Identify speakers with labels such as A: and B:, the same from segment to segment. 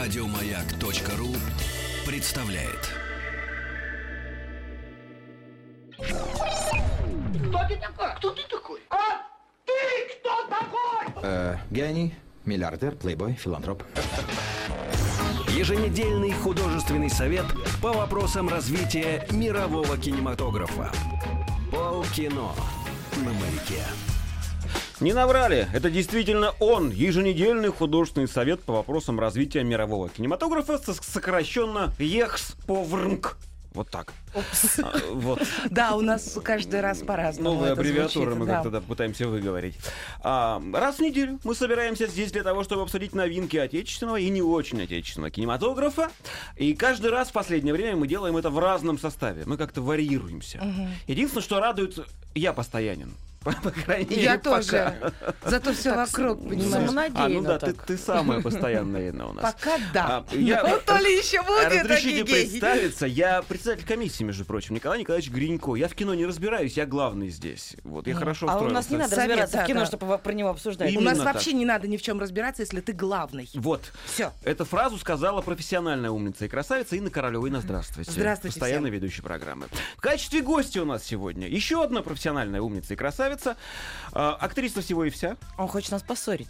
A: Радиомаяк.ру представляет.
B: Кто ты такой? Кто ты такой? А ты кто такой?
C: Э, гений, миллиардер, плейбой, филантроп.
A: Еженедельный художественный совет по вопросам развития мирового кинематографа. Полкино на маяке.
D: Не наврали, это действительно он, еженедельный художественный совет по вопросам развития мирового кинематографа, со- сокращенно ЕХСПОВРНК. Вот так. А, Вот.
E: Да, у нас каждый раз по-разному.
D: Новые
E: это
D: аббревиатуры
E: звучит,
D: мы
E: да.
D: как-то да, пытаемся выговорить. А, раз в неделю мы собираемся здесь для того, чтобы обсудить новинки отечественного и не очень отечественного кинематографа. И каждый раз в последнее время мы делаем это в разном составе. Мы как-то варьируемся. Единственное, что радует, я постоянен. По по крайней мере,
E: Я
D: пока.
E: тоже. Зато все вокруг, понимаешь.
D: А,
F: Самонадеянно
D: ну да, ты,
F: так.
D: ты самая постоянная Инна, у нас.
E: Пока да.
D: А, я-
E: Вот то ли еще будет а
D: Разрешите
E: такие геи.
D: представиться. Я председатель комиссии, между прочим, Николай Николаевич Гринько. Я в кино не разбираюсь, я главный здесь. Вот, я хорошо
F: А у
D: устроился.
F: нас не надо
E: Совет,
F: разбираться
E: да,
F: в кино,
E: да.
F: чтобы во- про него обсуждать.
E: У нас
D: именно так.
E: вообще не надо ни в чем разбираться, если ты главный.
D: Вот.
E: Все.
D: Эту фразу сказала профессиональная умница и красавица Инна Королева. Инна, здравствуйте.
E: Здравствуйте
D: Постоянно
E: всем.
D: ведущая программы. В качестве гостя у нас сегодня еще одна профессиональная умница и красавица. А, актриса всего и вся.
F: Он хочет нас поссорить.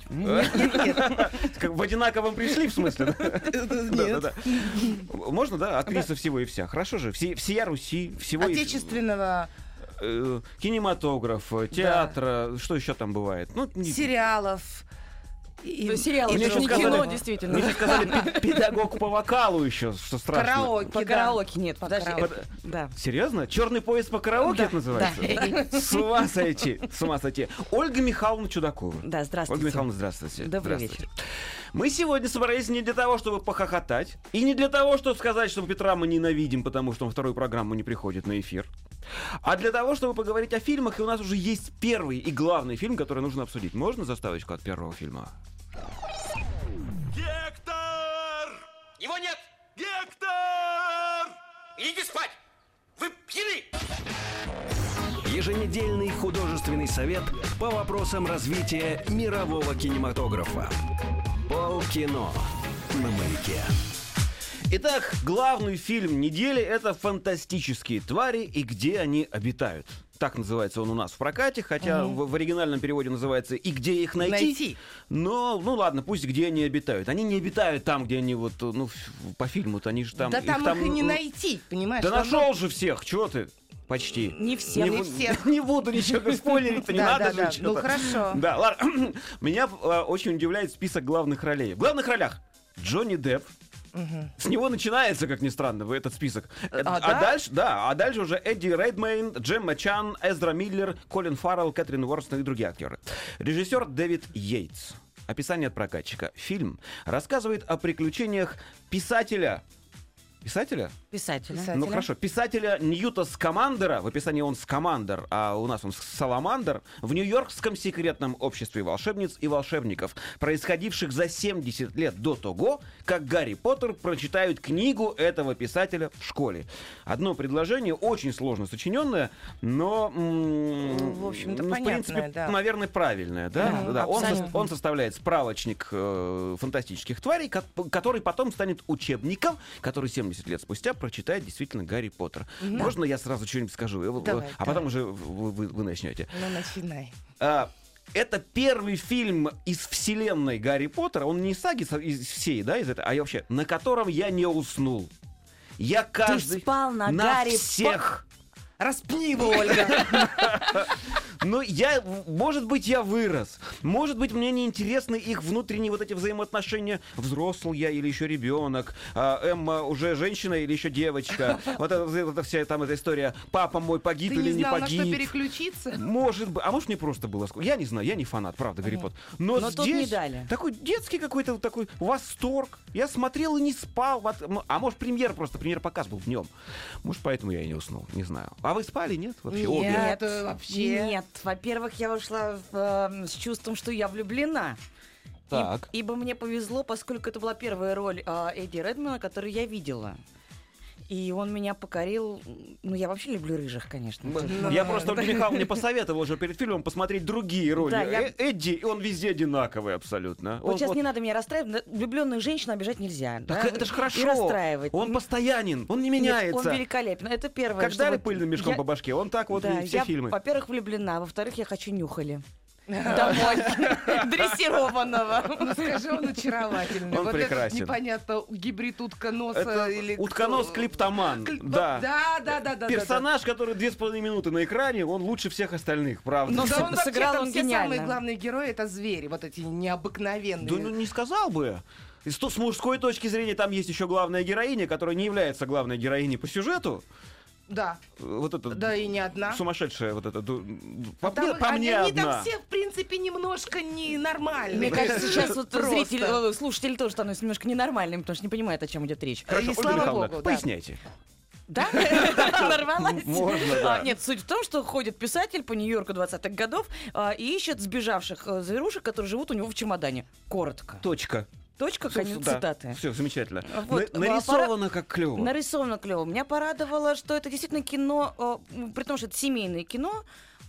D: Как в одинаковом пришли, в смысле. да? Да-да-да. Можно, да? Актриса всего и вся. Хорошо же. Все- Всея Руси, всего и-
E: Отечественного
D: э, кинематограф, э, театра, что еще там бывает? Ну, не-
E: сериалов. и-
F: Сериал,
E: и
D: Мне
F: это
D: еще
F: не
D: сказали-
F: кино,
D: Мне
F: действительно.
D: сейчас сказали пе- педагог по вокалу еще, что страшно.
E: Караоке.
F: По
E: да.
F: караоке нет, подожди.
E: караоке.
F: это- Да.
D: Серьезно? Черный пояс по караоке это называется? С ума сойти, с ума сойти. Ольга Михайловна Чудакова.
F: Да, здравствуйте.
D: Ольга Михайловна, здравствуйте.
F: Добрый
D: Здравствуйте. Мы сегодня собрались не для того, чтобы похохотать, и не для того, чтобы сказать, что Петра мы ненавидим, потому что он вторую программу не приходит на эфир, а для того, чтобы поговорить о фильмах, и у нас уже есть первый и главный фильм, который нужно обсудить. Можно заставочку от первого фильма?
G: Гектор!
B: Его нет!
G: Гектор!
B: Идите спать! Вы пьяны!
A: Еженедельный художественный совет по вопросам развития мирового кинематографа. Полкино на маяке.
D: Итак, главный фильм недели — это «Фантастические твари и где они обитают». Так называется он у нас в прокате, хотя в, в оригинальном переводе называется «И где их найти?».
E: Найти.
D: Но, ну ладно, пусть где они обитают. Они не обитают там, где они вот, ну, ф- по фильму-то они же там...
E: Да там их и не
D: ну,
E: найти, понимаешь?
D: Да
E: Там- ну,
D: нашел же всех, чего ты? Почти.
F: Не все.
E: Не
D: бу-
E: все.
D: Не буду ничего спойлерить-то, не
E: Да,
D: надо
E: да,
D: же
E: да.
D: чё-то.
E: Ну хорошо.
D: Да, ладно. Меня э, очень удивляет список главных ролей. В главных ролях Джонни Депп. С него начинается, как ни странно, вы этот список. Э,
E: А,
D: А,
E: да?
D: дальше, да, а дальше уже Эдди Рейдмейн, Джемма Чан, Эзра Миллер, Колин Фаррелл, Кэтрин Уорстон и другие актеры. Режиссер Дэвид Йейтс. Описание от прокатчика. Фильм рассказывает о приключениях писателя. Писателя?
F: Писатель.
E: Писатель.
D: Ну хорошо, писателя Ньюта Скамандера, в описании он Скамандер, а у нас он Саламандер, в Нью-Йоркском секретном обществе волшебниц и волшебников, происходивших за 70 лет до того, как Гарри Поттер прочитают книгу этого писателя в школе. Одно предложение, очень сложно сочиненное, но... м,
E: В общем-то,
D: ну, в
E: понятное,
D: принципе,
E: да.
D: наверное, правильное, да?
F: Да,
D: Да, он, со-
F: абсолютно.
D: он составляет справочник э, фантастических тварей, ко- который потом станет учебником, который 70 лет спустя прочитает действительно Гарри Поттер. Можно я сразу что-нибудь скажу? Э, в-
E: Давай,
D: а потом уже вы, вы- вы начнете.
E: Ну начинай.
D: А, это первый фильм из вселенной Гарри Поттера, он не из саги со- из всей, да, из этой, а я вообще, на котором я не уснул. Я каждый...
F: спал на Гарри
D: всех.
E: Распни его, Ольга.
D: Но Ну, я, может быть, я вырос. Может быть, мне не интересны их внутренние вот эти взаимоотношения. Взрослый я или еще ребенок. а, Эмма уже женщина или еще девочка. Вот это, вот эта вся там эта история. Папа мой погиб
E: Ты
D: или
E: не
D: не
E: знал, на что
D: погиб.
E: переключиться?
D: Может быть, а может мне просто было скучно. Я не знаю, я не фанат, правда, Гарри Поттер. Но,
F: Но тут
D: здесь
F: не дали.
D: такой детский какой-то вот такой восторг. Я смотрел и не спал. Вот, м, А может премьер просто, премьер показ был днем. Может поэтому я и не уснул, не знаю. А вы спали, нет? Вообще обе?
E: Нет. это вообще-
F: Нет, во-первых, я ушла в, э, с чувством, что я влюблена. И-
D: Так.
F: ибо мне повезло, поскольку это была первая роль э, Эдди Редмана, которую я видела. И он меня покорил. Ну, я вообще люблю рыжих, конечно.
D: Я просто Михаил мне посоветовал уже перед фильмом посмотреть другие роли.
F: Да, я-
D: Э- Эдди, и он везде одинаковый абсолютно.
F: Вот
D: Он-
F: сейчас
D: вот-
F: не надо меня расстраивать. Влюбленную женщину обижать нельзя.
D: Так
F: да,
D: это же хорошо.
F: И расстраивать.
D: Он постоянен, он не
F: Нет,
D: меняется.
F: он великолепен. Это первое.
D: как
F: что
D: дали
F: вот
D: пыльным мешком
F: я-
D: по башке, он так вот
F: Да,
D: и все
F: я,
D: фильмы.
F: Во-первых, влюблена, во-вторых, я хочу нюхали. Домой. Дрессированного.
E: Ну, Скажи, он очаровательный.
D: Он
E: вот этот
D: прекрасен.
E: непонятно, гибрид утконоса
D: Это
E: э, или... кто-
D: утконос клиптоман.
E: Кли-
D: Да.
E: да, да, да, да.
D: Персонаж, который две с половиной минуты на экране, он лучше всех остальных, правда.
E: Но
F: Ну,
E: да, он вообще
F: сыграл
E: там
F: он
E: все
F: гениально.
E: самые главные герои это звери, вот эти необыкновенные.
D: Да ну не сказал бы. И что с мужской точки зрения там есть еще главная героиня, которая не является главной героиней по сюжету.
E: Да,
D: Э, Вот это
E: да и не одна.
D: сумасшедшая вот эта. ду- По,
E: Там
D: мне, по
E: они-
D: мне
E: они
D: одна.
E: там все, в принципе, немножко ненормальные.
F: Мне кажется, сейчас вот
E: Просто.
F: зритель, э, слушатель тоже становится немножко ненормальным, потому что не понимает, о чем идет речь.
D: Хорошо,
E: И
D: Ольга
E: слава
D: Михайловна,
E: богу, да.
D: поясняйте.
F: Да? Нарвалась?
D: Можно, да.
F: А, Нет, суть в том, что ходит писатель по Нью-Йорку 20-х годов а, и ищет сбежавших э, зверушек, которые живут у него в чемодане. Коротко.
D: Точка.
F: Точка, конец цитаты.
D: Все, замечательно.
E: а
F: Вот,
D: На- нарисовано как клево.
F: Нарисовано клево. Меня порадовало, что это действительно кино, э, м, при том, что это семейное кино,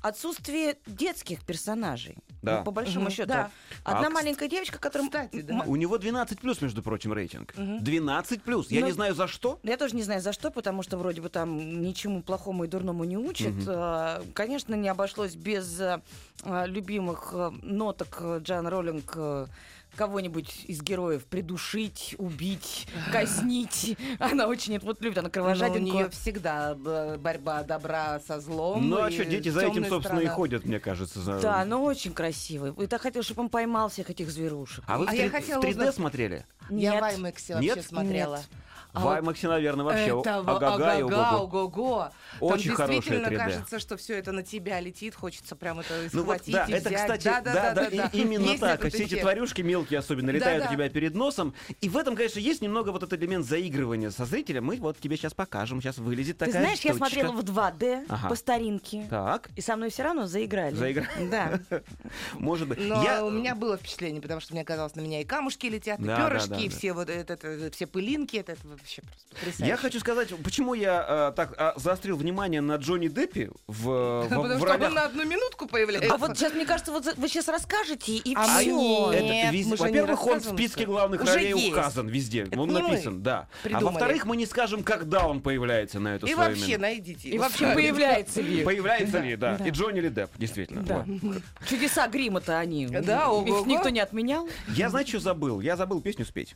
F: отсутствие детских персонажей.
D: Да.
F: Ну, По большому
E: Мгм,
F: счету.
E: да.
F: Одна
D: А, кс-
F: маленькая девочка, которая...
E: Кстати, да.
F: м-
D: У него 12 плюс, между прочим, рейтинг. 12 плюс. Я
F: Но-
E: Ну,
D: не знаю за что.
F: Я тоже не знаю за что, потому что вроде бы там ничему плохому и дурному не учат. А, Конечно, не обошлось без а, а, любимых а, ноток а, Джан Роллинг а, кого-нибудь из героев придушить, убить, казнить. Она очень это вот любит, она
E: Но Ну, у
F: кровожаденькая.
E: нее всегда б- борьба добра со злом.
D: Ну а
E: и
D: что, дети за этим,
E: тёмная
D: собственно, и
E: сторона.
D: ходят, мне кажется. за-
E: Э,
F: Да,
E: ну,
F: но очень красивый. И так хотел, чтобы он поймал всех этих зверушек.
D: А вы в
E: А я
D: три- в
E: хотела
D: 3D
E: узнать-
D: смотрели?
E: Я
F: Нет.
E: в Аймаксе
D: Нет?
E: вообще смотрела.
F: Нет.
E: А вот
D: Ваймаксе, наверное, вообще.
E: Это во-
D: Агага и
E: ага-га,
D: ого-го.
E: ого-го.
D: Очень
E: Там
D: хорошее
E: действительно
D: 3D.
E: кажется, что все это на тебя летит, хочется прям это
D: Ну вот,
E: схватить
D: да,
E: и
D: это,
E: взять.
D: кстати,
E: да, да, да,
D: да,
E: да,
D: и- именно
E: Есть
D: так. И
E: этот
D: все эти
E: эффект.
D: тварюшки мелкие особенно летают у
E: Да-да.
D: тебя перед носом. И в этом, конечно, есть немного вот этот элемент заигрывания со зрителем. Мы вот тебе сейчас покажем, сейчас вылезет
F: Ты
D: такая
F: знаешь, я
D: штучка.
F: смотрела в 2D
D: Ага.
F: по старинке.
D: Так,
F: И со мной все равно заиграли.
D: Заиграли.
F: Да.
D: может быть.
E: Но
D: я...
E: у меня было впечатление, потому что мне казалось, на меня и камушки летят,
D: Да,
E: и
D: да,
E: перышки,
D: да,
E: и
D: да.
E: все вот это, это- все пылинки, это, это вообще просто потрясающе.
D: Я хочу сказать, почему я э, так а, заострил внимание на Джонни Деппи в, э, в-
E: Потому
D: в
E: что
D: ролях.
E: он на одну минутку появляется.
F: А вот сейчас, мне кажется, вот за- вы сейчас расскажете, и
E: А мы
F: все.
E: не-
D: Это
E: Нет,
D: виз-
E: мы же не
D: Во-первых, он в
E: рассказываем
D: списке
E: всё.
D: главных
E: Уже
D: ролей
E: есть.
D: указан везде.
E: Это
D: он
E: не мы
D: написан, да.
E: придумали.
D: А во-вторых, мы не скажем, когда он появляется на эту
E: И
D: свою
E: вообще ну,
D: минуту.
E: найдите.
F: И
E: его.
F: вообще появляется ли?
D: Появляется ли, да.
F: да.
D: И Джонни ли Депп, действительно.
F: Да.
D: Вот.
F: Чудеса грима-то они.
E: Да,
F: Их
E: ого-го.
F: никто не отменял.
D: Я, знаешь, что забыл? Я забыл песню спеть.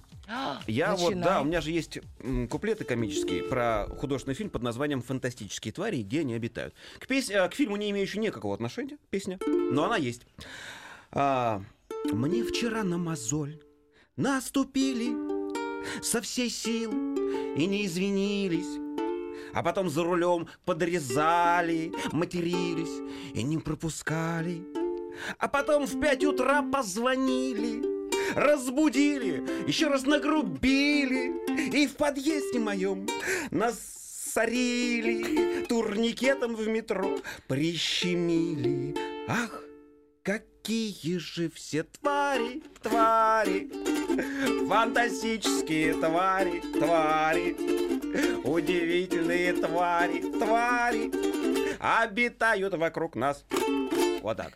D: Я вот,
E: начинай.
D: да, у меня же есть м, куплеты комические про художественный фильм под названием «Фантастические твари и где они обитают». К, пес- э, к фильму не имеющий никакого отношения, песня, но она есть. А, «Мне вчера на мозоль наступили со всей силы и не извинились». А потом за рулем подрезали, матерились и не пропускали. А потом в 5 утра позвонили, разбудили, еще раз нагрубили. И в подъезде моем насорили, турникетом в метро прищемили. Ах, какие же все твари, твари, фантастические твари, твари. Удивительные твари, твари обитают вокруг нас. Вот так.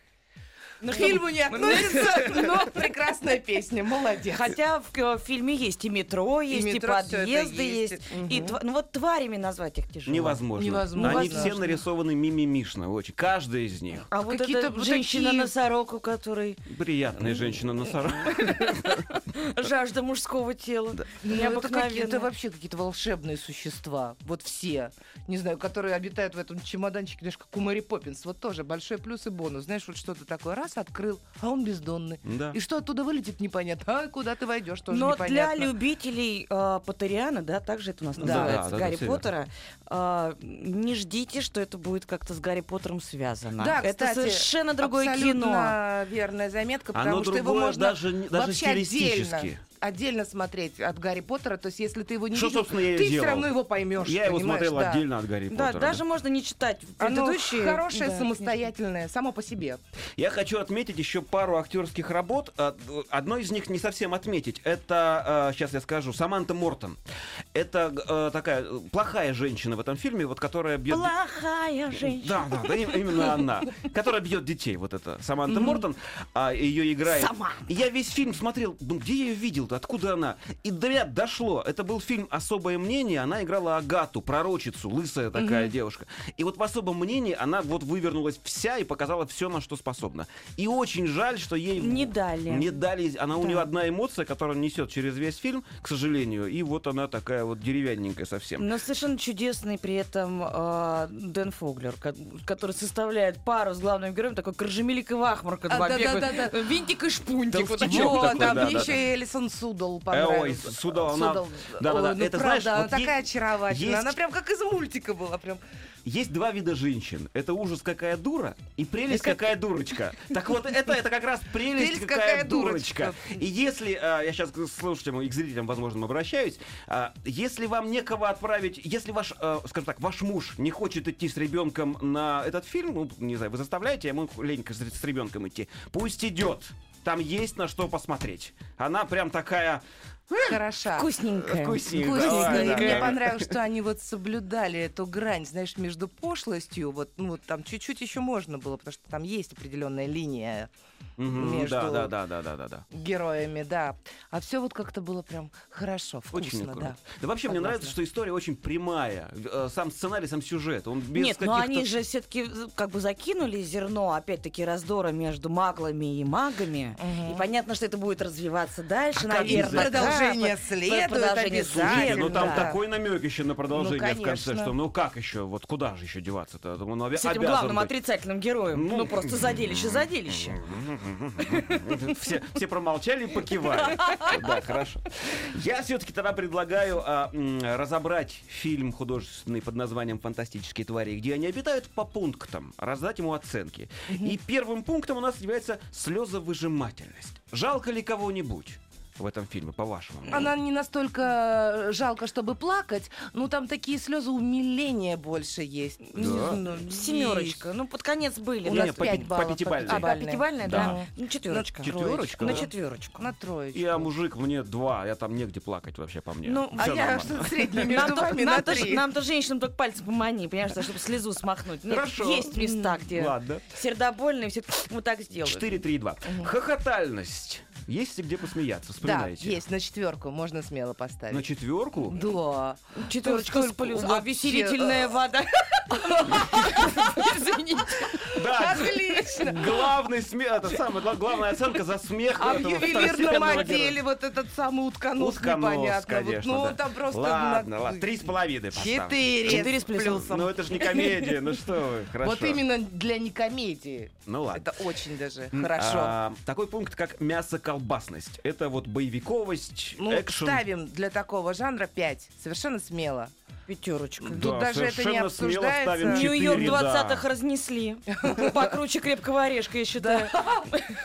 E: К фильму не относится, но Ну, прекрасная песня, молодец.
F: Хотя в, э, в фильме есть и метро, есть и,
E: метро, всё это
F: подъезды есть.
E: есть.
F: И,
E: Мгм.
F: тва- ну вот тварями назвать их тяжело.
D: Невозможно.
E: Невозможно.
D: Они все
E: Невозможно.
D: нарисованы мимимишно очень. Каждая из них.
F: А вот
E: Какие-то
F: эта
E: вот
F: женщина-носорог, у которой
D: Приятная женщина на
F: жажда мужского
E: Ну,
F: тела.
E: это, какие,
F: Необыкновенная.
E: это вообще какие-то волшебные существа. Вот все. Не знаю, которые обитают в этом чемоданчике, знаешь, как у Мэри Поппинс. Вот тоже большой плюс и бонус. Знаешь, вот что-то такое. Раз открыл, а он бездонный.
D: Да.
E: И что оттуда вылетит, непонятно. А куда ты войдешь, тоже
F: Но
E: непонятно.
F: для любителей э, Поттериана, да, также это у нас
D: Да,
F: называется,
D: да, да,
F: Гарри
D: всё верно.
F: Поттера, э, не ждите, что это будет как-то с Гарри Поттером связано.
E: Да,
F: это
E: кстати,
F: совершенно другое
E: Абсолютно
F: кино.
E: верная заметка,
D: Оно
E: потому что его
D: другое
E: можно
D: даже, не- даже
E: вообще отдельно.
D: стилистически.
E: отдельно смотреть от Гарри Поттера. То есть, если ты его не
D: Что,
E: видел,
D: собственно, я и
E: ты все
D: делал.
E: равно его поймешь.
D: Я его
E: понимаешь,
D: смотрел
E: да.
D: отдельно от Гарри
F: Да,
D: Поттера.
F: даже можно не читать
E: Оно
F: предыдущие.
E: А ну, хорошее,
F: Да,
E: самостоятельное, само по себе.
D: Я хочу отметить еще пару актерских работ. А, э, Одно из них не совсем отметить. Это, сейчас я скажу, Саманта Мортон. Это э, такая э, плохая женщина в этом фильме, вот которая бьет...
F: Плохая женщина.
D: Да, да, да, им- именно она, которая бьет детей, вот это Саманта Мортон, а ее играет.
F: Сама.
D: И Я весь фильм смотрел, ну, где я ее видел-то, откуда она? И до меня дошло. Это был фильм "Особое мнение". Она играла Агату, пророчицу, лысая такая девушка. И вот в "Особом мнении" она вот вывернулась вся и показала все, на что способна. И очень жаль, что ей
F: Не дали.
D: Не дали. Она у
F: Да.
D: нее одна эмоция, которую он несет через весь фильм, к сожалению. И вот она такая вот деревянненькая совсем.
F: Но совершенно чудесный при этом э, Дэн Фоглер, ко- который составляет пару с главным героем, такой крыжемелик и вахмурка.
E: А,
F: два
E: да,
F: бегают.
E: да, да, да.
F: Винтик и шпунтик.
D: Да,
F: вот
D: Толстячок
F: такой.
E: Вот,
D: такой,
E: а
D: да,
E: мне
D: да,
E: еще
D: да. Э,
E: и Элисон Судол
D: Ой,
E: понравился.
D: Судал, она- да, да,
E: Ой,
D: да,
E: ну
D: это,
E: правда,
D: знаешь,
E: она
D: вот
E: такая
D: есть-
E: очаровательная.
D: есть-
E: Она прям как из мультика была. Прям.
D: Есть два вида женщин. Это ужас, какая дура, и прелесть,
E: И как-
D: какая дурочка. Так вот, это, это как раз прелесть,
E: Прелесть,
D: какая,
E: какая
D: дурочка. И
E: дурочка.
D: если, а, я сейчас к слушателям и к зрителям, возможно, обращаюсь, а, если вам некого отправить, если ваш, а, скажем так, ваш муж не хочет идти с ребенком на этот фильм, ну, не знаю, вы заставляете, а ему лень с с ребенком идти, пусть идет. Там есть на что посмотреть. Она прям такая...
E: Хороша.
F: Вкусненькая.
D: Вкусненькая.
E: Вкусненькая.
D: Да,
E: И Мне
D: да.
E: понравилось, что они вот соблюдали эту грань, знаешь, между пошлостью, вот, ну, вот там чуть-чуть еще можно было, потому что там есть определенная линия
D: Мгм,
E: Между-
D: Да, да, да, да, да, да, да.
E: героями, да. А все вот как-то было прям хорошо,
D: Очень
E: вкусно,
D: аккуратно.
E: да.
D: Да вообще мне
E: Согласна.
D: нравится, что история очень прямая. Э, Сам сценарий, сам сюжет. Он без
F: Нет,
D: каких-то...
F: но они же все-таки как бы закинули зерно, опять-таки, раздора между маглами и магами. И понятно, что это будет развиваться дальше,
D: как
F: наверное.
D: без
F: да,
E: Продолжение
F: по-
E: следует
F: Продолжение
E: обязательно.
D: Слушайте,
F: следует,
D: ну там
F: да.
D: такой намек еще на продолжение в конце,
E: конечно.
D: что ну как еще, вот куда же еще деваться-то? Он обя-
F: С этим
D: обязан
F: главным
D: быть.
F: отрицательным героем.
D: Ну,
F: Ну, просто заделище, заделище.
D: Все, все промолчали и покивали. Да, хорошо. Я все-таки тогда предлагаю а, м, разобрать фильм художественный под названием «Фантастические твари», и где они обитают, по пунктам, раздать ему оценки. И первым пунктом у нас является слезовыжимательность. Жалко ли кого-нибудь в этом фильме, по-вашему? мнению?
E: Она не настолько э, жалко, чтобы плакать, но там такие слезы умиления больше есть. Не
D: Да.
E: знаю,
F: Семерочка. Ну, под конец были.
E: У
D: Не,
E: нас
D: не, по
E: пять
D: пи- по
E: баллов, по
D: пятибалльной.
F: А, по
E: пятибалльной.
F: пятибалльной, да.
D: Да.
F: Ну, четверочка.
D: Четверочка,
F: На
D: да.
F: четверочку.
E: На троечку.
D: А Я мужик, мне два, я там негде плакать вообще по мне.
F: Ну,
E: а
D: Всё
E: я
D: нормально.
E: что средний
F: Нам
E: между
F: то-
E: вами
F: нам
E: на
F: то ж-
E: три.
F: нам-то женщинам только пальцем помани, понимаешь, да, чтобы слезу смахнуть. Нет,
D: Хорошо.
F: есть места, где
D: Ладно.
F: сердобольные все вот так сделают.
D: 4, 3, 2. Хохотальность. Есть где посмеяться,
E: Да,
D: вспоминайте.
E: есть, на четверку можно смело поставить.
D: На четверку?
E: Да.
F: Четверочка с
E: Только
F: плюсом.
E: вообще,
F: Обеселительная вода. Извините.
D: Да,
E: Отлично.
D: главный смех, это самая гла- главная оценка за смех.
E: А в
D: этого
E: ювелирном
D: второстепенного
E: отделе вот этот самый утконос,
D: Утконос,
E: непонятно. Вот,
D: конечно,
E: ну,
D: да.
E: он там просто...
D: Ладно,
E: на-
D: ладно, три с половиной поставлю.
E: Четыре.
F: Четыре с плюсом.
D: Ну это же не комедия, ну что вы, хорошо.
E: Вот именно для некомедии.
D: Ну ладно.
E: Это очень даже
D: М,
E: хорошо.
D: а, такой пункт, как мясо-колбасность. Это вот боевиковость,
E: Ну,
D: экшен.
E: ставим для такого жанра 5. Совершенно смело.
F: Пятерочка.
D: Да,
E: Тут даже это не
D: совершенно смело ставим
E: обсуждается.
D: четыре.
F: Нью-Йорк
D: да.
F: 20-х разнесли. Покруче крепкого орешка, я считаю.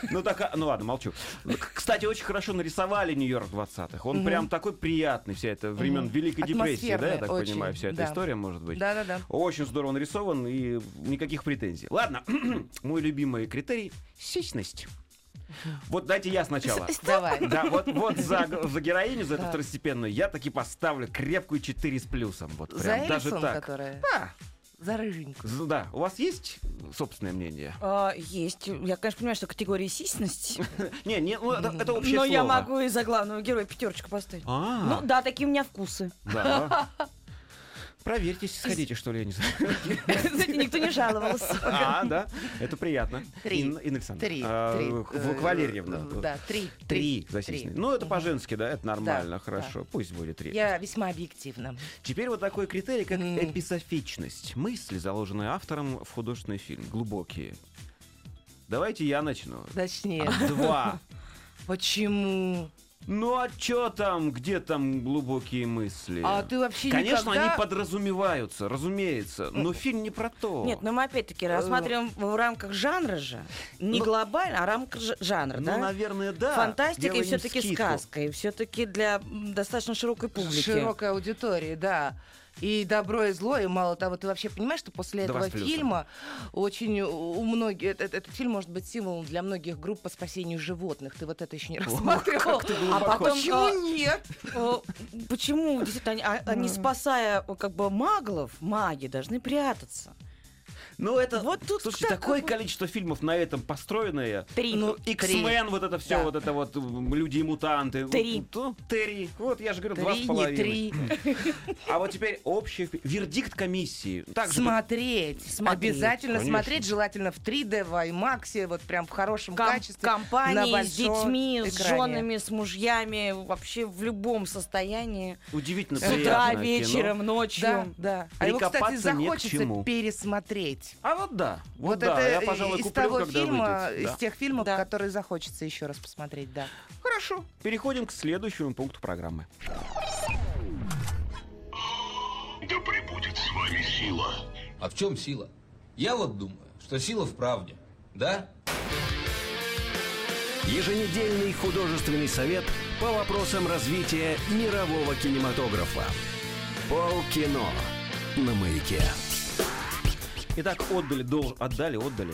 D: Ну так, а, ну ладно, молчу. К- Кстати, очень хорошо нарисовали Нью-Йорк 20-х. Он прям такой приятный, вся это времен Великой депрессии, да, я так
E: Атмосферный очень,
D: понимаю, вся эта
E: да.
D: история может быть.
E: Да-да-да.
D: Очень здорово нарисован и никаких претензий. Ладно, мой любимый критерий — сечность. Вот дайте я сначала.
E: Давай.
D: Да, вот, вот за, за героиню, за эту второстепенную, я таки поставлю крепкую 4 с плюсом. Вот прям
E: За
D: даже
E: Элисон,
D: так.
E: которая...
D: Да,
E: За рыженькую.
D: з- да, у вас есть собственное мнение?
F: А, Есть. Я, конечно, понимаю, что категория сисьность.
D: Не, не, ну, это, это общее
F: Но я
D: слово.
F: могу и за главного героя пятерочку поставить.
D: А.
F: Ну да, такие у меня вкусы.
D: Да. Проверьтесь, сходите, что ли, я не знаю.
F: Кстати, никто не жаловался.
D: А, да, это приятно.
E: Три.
D: Инна Инна Александровна.
E: Три.
D: А,
E: три,
D: Вак-
E: э,
D: Валерьевна.
E: Да, три.
D: Три за
E: три.
D: сиськи. Ну, это по-женски, да, это нормально,
E: Да,
D: хорошо. Пусть будет три.
E: Я весьма объективна.
D: Теперь вот такой критерий, как
E: М.
D: эписофичность. Мысли, заложенные автором в художественный фильм, глубокие. Давайте я начну. А,
E: Точнее.
D: Два.
E: Почему?
D: Ну а чё там, где там глубокие мысли?
E: А ты вообще
D: Конечно,
E: никогда...
D: они подразумеваются, разумеется, но фильм не про то.
F: Нет, ну мы опять-таки рассматриваем в рамках жанра же. Не глобально, а рамка ж- жанра,
D: Ну,
F: да?
D: наверное, да.
F: Фантастика и
D: Делаем
F: все-таки
D: скидку.
F: сказка, и все-таки для м, достаточно широкой публики.
E: широкой аудитории, да. И добро и зло, и мало того, ты вообще понимаешь, что после
D: Два
E: этого
D: с плюсом.
E: фильма очень у- у многих этот, этот фильм может быть символом для многих групп по спасению животных. Ты вот это еще не рассматривал.
F: А потом,
E: Почему
F: э,
E: нет?
F: Э, Почему действительно они, а- они, спасая э, как бы маглов, маги должны прятаться?
D: Ну это
F: Вот тут
D: Слушайте,
F: так-
D: такое количество фильмов на этом построенное.
F: Три.
D: Ну,
F: Три.
D: X-Men, вот это все,
F: Да.
D: вот это вот м, люди и мутанты.
F: Три.
D: Ну, Три. Вот я же говорю, два с
E: Три, не
D: половиной.
E: три.
D: А вот теперь общий фи- вердикт комиссии. Так же,
E: Смотреть.
F: Смотреть.
E: Обязательно
D: Конечно.
E: смотреть, желательно в 3D, в IMAX, вот прям в хорошем
F: Ком-
E: качестве. на
F: компании,
E: большом
F: с детьми, с
E: экране.
F: женами, с мужьями, вообще в любом состоянии.
D: удивительно
F: С утра,
D: приятное Ну, кино.
F: вечером, ночью.
E: Да, да. А его, кстати,
D: Прикопаться не к
E: захочется
D: чему.
E: пересмотреть.
D: А вот да. Вот,
E: Вот
D: да.
E: это
D: я, пожалуй,
E: из
D: куплю,
E: того
D: когда
E: фильма,
D: выйдет.
E: из
D: Да.
E: тех фильмов,
F: Да.
E: которые захочется еще раз посмотреть, да.
D: Хорошо. Переходим к следующему пункту программы.
H: Да пребудет с вами сила.
I: А в чем сила? Я вот думаю, что сила в правде. Да?
A: Еженедельный художественный совет по вопросам развития мирового кинематографа. Полкино на маяке.
D: Итак, отдали, долж... отдали, отдали.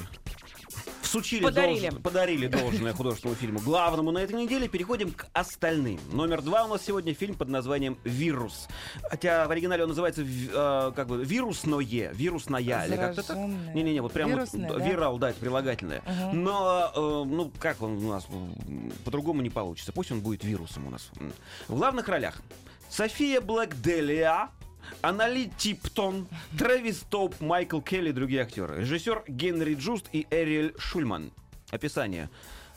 D: Всучили
F: Подарили.
D: долж- подарили должное художественному фильму главному на этой неделе. Переходим к остальным. Номер два у нас сегодня фильм под названием «Вирус». Хотя в оригинале он называется ви- э, как бы «Вирусное», «Вирусная» или как-то так.
E: Зараженное.
D: Не-не-не, вот прямо
E: Вирусное,
D: вот,
E: да?
D: «Вирал», да, это прилагательное. Но, э, ну, как он у нас, м, по-другому не получится. Пусть он будет вирусом у нас. М. В главных ролях София Блэкделия, Анали Типтон, Трэвис Топ, Майкл Келли и другие актеры. Режиссер Генри Джуст и Эриэль Шульман. Описание.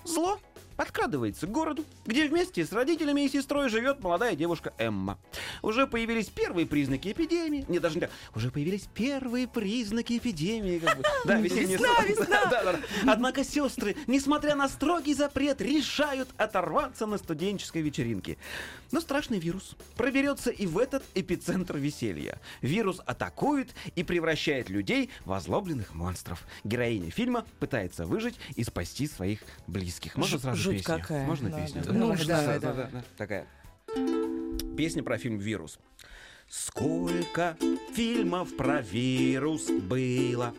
D: Зло подкрадывается к городу, где вместе с родителями и сестрой живет молодая девушка Эмма. Уже появились первые признаки эпидемии. Не, даже не так. Уже появились первые признаки эпидемии. как бы. Да, весенняя сна- Да, да, да. Однако сестры, несмотря на строгий запрет, решают оторваться на студенческой вечеринке. Но страшный вирус проберется и в этот эпицентр веселья. Вирус атакует и превращает людей в озлобленных монстров. Героиня фильма пытается выжить и спасти своих близких. Можно
F: Ж-
D: сразу
F: жуть
D: песню?
F: какая.
D: Можно
E: Да,
D: песню?
E: да, Ну, давай,
D: Можно
E: давай,
D: сразу?
E: давай.
D: Такая. Песня про фильм «Вирус». Сколько фильмов про вирус было?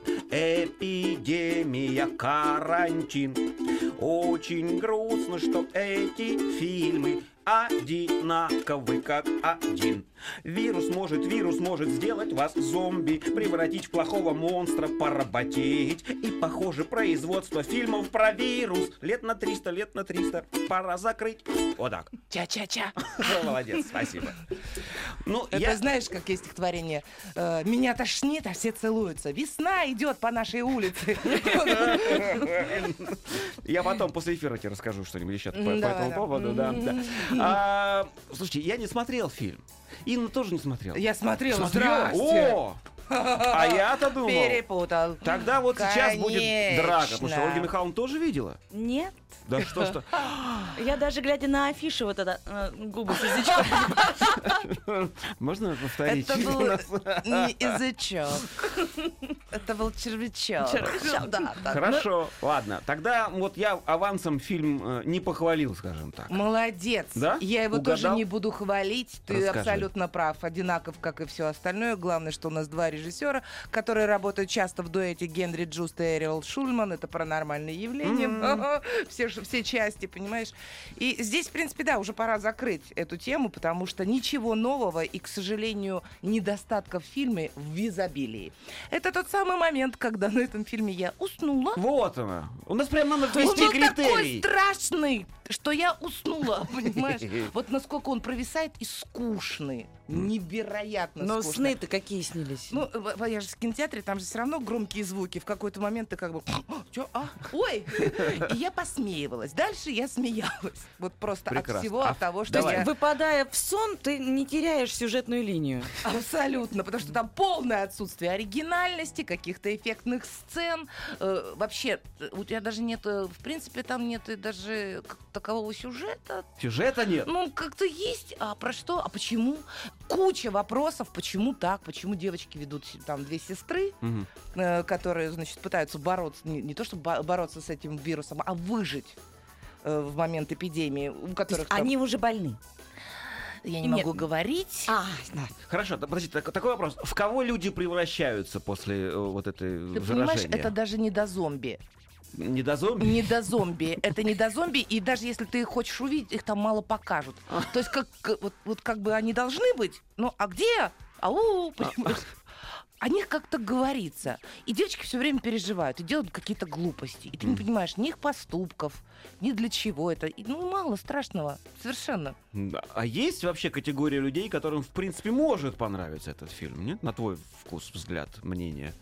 D: Эпидемия, карантин. Очень грустно, что эти фильмы одинаковы, как один. Вирус может, вирус может сделать вас зомби, превратить в плохого монстра, поработить. И, похоже, производство фильмов про вирус лет на 300, лет на 300. Пора закрыть. Вот так.
E: Ча-ча-ча.
D: Молодец, спасибо. Ну,
E: Это
D: я...
E: знаешь, как есть стихотворение? э, Меня тошнит, а все целуются. Весна идет по нашей улице.
D: Я потом после эфира тебе расскажу что-нибудь еще по, по
E: М, давай,
D: этому
E: да.
D: поводу. Да, да. А, слушайте, я не смотрел фильм. Инна тоже не смотрела.
E: Я смотрела.
D: Смотрела?
E: Здрасте.
D: О! А я-то думал.
E: Перепутал.
D: Тогда вот сейчас будет
E: Конечно.
D: драка, потому что Ольга Михайловна тоже видела.
F: Нет.
D: Да что ж то.
F: Я даже глядя на афиши вот это э, губы с язычком.
D: Можно повторить?
E: Это был
D: У нас-
E: не язычок. Это был червячок.
F: Червячок.
E: Да, да.
D: Хорошо, ладно. Тогда вот я авансом фильм э, не похвалил, скажем так.
E: Молодец.
D: Да?
E: Я его тоже
D: Угадал?
E: не буду хвалить. Ты
D: Расскажи.
E: абсолютно прав. Одинаков, как и все остальное. Главное, что у нас два режиссера, которые работают часто в дуэте Генри Джуст и Эрил Шульман. Это паранормальные явления. Все, ж- все части, понимаешь? И здесь, в принципе, да, уже пора закрыть эту тему, потому что ничего нового и, к сожалению, недостатков в фильме в изобилии. Это тот самый момент, когда на этом фильме я уснула.
D: Вот она. У нас прям надо
E: Он
D: ввести
E: был такой
D: критерий.
E: страшный, что я уснула, понимаешь? Вот насколько он провисает и скучный. Невероятно
F: Но
E: скучно.
F: сны-то какие снились?
E: Ну, в- в- я же в кинотеатре, там же все равно громкие звуки. В какой-то момент ты как бы... Чё? А? Ой! И я посмеивалась. Дальше я смеялась. Вот просто
D: Прекрасно.
E: от всего,
D: А
E: от того, что
F: То
E: я...
F: есть, выпадая в сон, ты не теряешь сюжетную линию.
E: Абсолютно, потому что там полное отсутствие оригинальности, каких-то эффектных сцен. Э, вообще, э, у тебя даже нет, э, в принципе, там нет и даже как такового сюжета.
D: Сюжета нет.
E: Ну, он как-то есть, а про что, а почему? Куча вопросов, почему так, почему девочки ведут се- там две сестры,
D: Мгм.
E: э, которые, значит, пытаются бороться, не, не то чтобы бо- бороться с этим вирусом, а выжить э, в момент эпидемии, у
F: То есть
E: которых там-
F: они уже больны.
E: я не
F: Нет.
E: могу говорить.
F: А, да.
D: Хорошо, да, подожди, так- такой вопрос. В кого люди превращаются после э, вот этой
E: Ты понимаешь,
D: заражения?
E: это даже не до зомби.
D: Не до зомби?
E: Не до зомби. Это не до зомби. И даже если ты их хочешь увидеть, их там мало покажут. То есть, как, к- вот, вот как бы они должны быть. Ну, а где? Ау, понимаешь? О них как-то говорится. И девочки все время переживают и делают какие-то глупости. И ты не понимаешь ни их поступков, ни для чего это. И, ну, мало страшного. Совершенно.
D: Да. А есть вообще категория людей, которым, в принципе, может понравиться этот фильм, нет? На твой вкус, взгляд, мнение.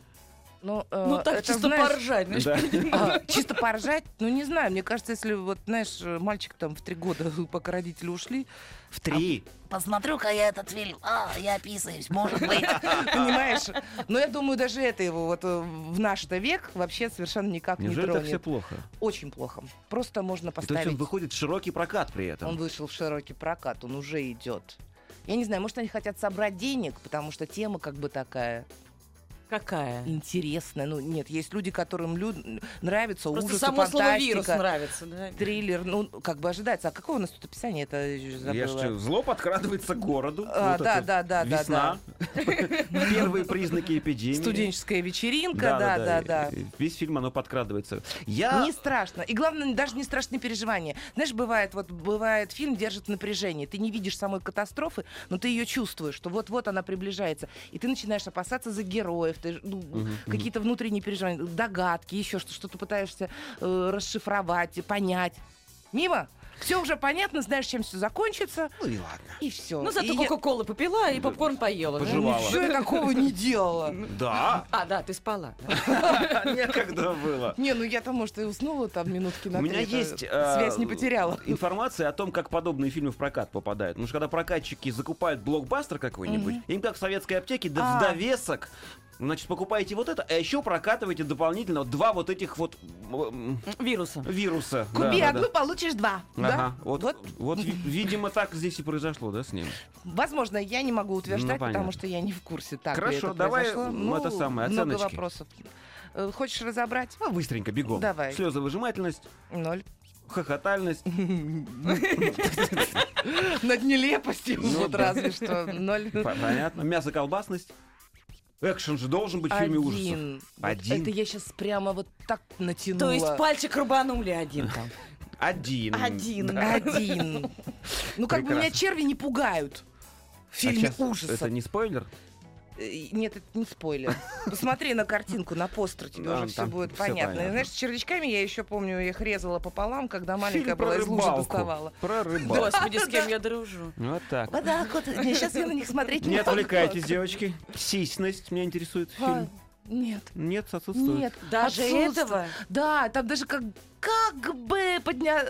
E: Но, э,
F: Ну так,
E: это,
F: чисто
E: знаешь,
F: поржать. Ну, знаешь.
D: Да.
E: А, чисто поржать, ну не знаю, мне кажется, если вот, знаешь, мальчик там в три года, пока родители ушли,
D: В три.
B: Посмотрю-ка я этот фильм. А, я описываюсь, может быть.
E: Понимаешь? Но я думаю, даже это его вот э, в наш-то век вообще совершенно никак не
D: Неужели так все
E: тронет.
D: плохо?
E: Очень плохо. Просто можно
D: И То есть он
E: поставить.
D: выходит в широкий прокат при
E: Он
D: этом.
E: вышел в широкий прокат, он уже идет. Я не знаю, может, они хотят собрать денег, потому что тема как бы такая
F: Какая?
E: интересная. Ну, нет, есть люди, которым лю- нравится
F: Просто
E: ужасы,
F: само слово
E: фантастика,
F: вирус нравится. да.
E: триллер. Ну, как бы ожидается. А какое у нас тут описание? Это я забыла.
D: Я ж чё, зло подкрадывается к городу.
E: А,
D: Вот
E: да,
D: это
E: да, да, да,
D: Весна. Первые признаки эпидемии.
E: Студенческая вечеринка, да, да, да.
D: И- и Весь фильм оно подкрадывается. Я
E: Не страшно. И главное, даже не страшные переживания. Знаешь, бывает, вот бывает, фильм держит напряжение. Ты не видишь самой катастрофы, но ты ее чувствуешь, что вот-вот она приближается. И ты начинаешь опасаться за героев, ты, ж- ну, какие-то внутренние переживания, догадки, еще что- что-то пытаешься э, расшифровать, понять. Мимо! Все уже понятно, знаешь, чем все закончится,
D: Ну и ладно.
E: и все.
F: Ну, зато Кока-Колы попила и попкорн поела. да?
D: Пожевала.
E: Ничего я такого не делала.
D: Да,
F: А, да, ты спала.
D: некогда было.
E: Не, ну я там, может, и уснула там минутки на
D: У меня
E: три, это
D: есть э,
E: Связь не потеряла.
D: информация о том, как подобные фильмы в прокат попадают. Потому что когда прокатчики закупают блокбастер какой-нибудь, им как в советской аптеке, да в
E: А.
D: довесок. Значит, покупаете вот это, а еще прокатываете дополнительно вот два вот этих вот м,
F: Вируса.
D: вируса. Да,
E: Купи
D: да,
E: одну,
D: да.
E: получишь два.
D: Ага.
E: Да?
D: Вот, вот. ви- видимо, так здесь и произошло, да, с ним?
E: Возможно, я не могу утверждать,
D: Ну, понятно.
E: потому что я не в курсе. Так ли
D: Хорошо,
E: это
D: давай,
E: произошло. Ну,
D: м, это самое,
E: Много
D: оценочки.
E: вопросов. Э, Хочешь разобрать?
D: А быстренько, бегом.
E: Давай.
D: Слезовыжимательность,
E: Ноль.
D: хохотальность.
E: Над нелепостью
D: Ну
E: вот
D: да.
E: разве что. Ноль.
D: Понятно. Мясо-колбасность. Экшен же должен быть в фильме ужасов.
E: Один. Вот
D: Один.
E: Это я сейчас прямо вот так натянула.
F: То есть пальчик рубанули один там.
D: Один.
F: Один.
E: А, Один. Ну как бы
D: Прекрасно.
E: меня черви не пугают. В
D: А
E: фильме
D: сейчас
E: ужасов.
D: Это не спойлер?
E: Э, Нет, это не спойлер. Посмотри на картинку, на постер, тебе
D: Да,
E: уже
D: там
E: все будет
D: всё
E: понятно. И
D: понятно.
E: Знаешь, с червячками я еще помню, я их резала пополам, когда А маленькая
D: Фильм про
E: была, из лужи
D: рыбалку.
E: доставала. ну
D: Про рыбалку.
F: Господи, с кем я дружу.
D: Вот так.
E: Вот так вот. Не, Сейчас я на них смотреть
D: Не
E: могу.
D: отвлекайтесь, девочки. Сисьность меня интересует
E: А,
D: фильм.
E: Нет.
D: Нет, отсутствует.
E: Нет.
F: Даже
E: отсутствует.
F: этого?
E: Да, там даже как, как бы подня...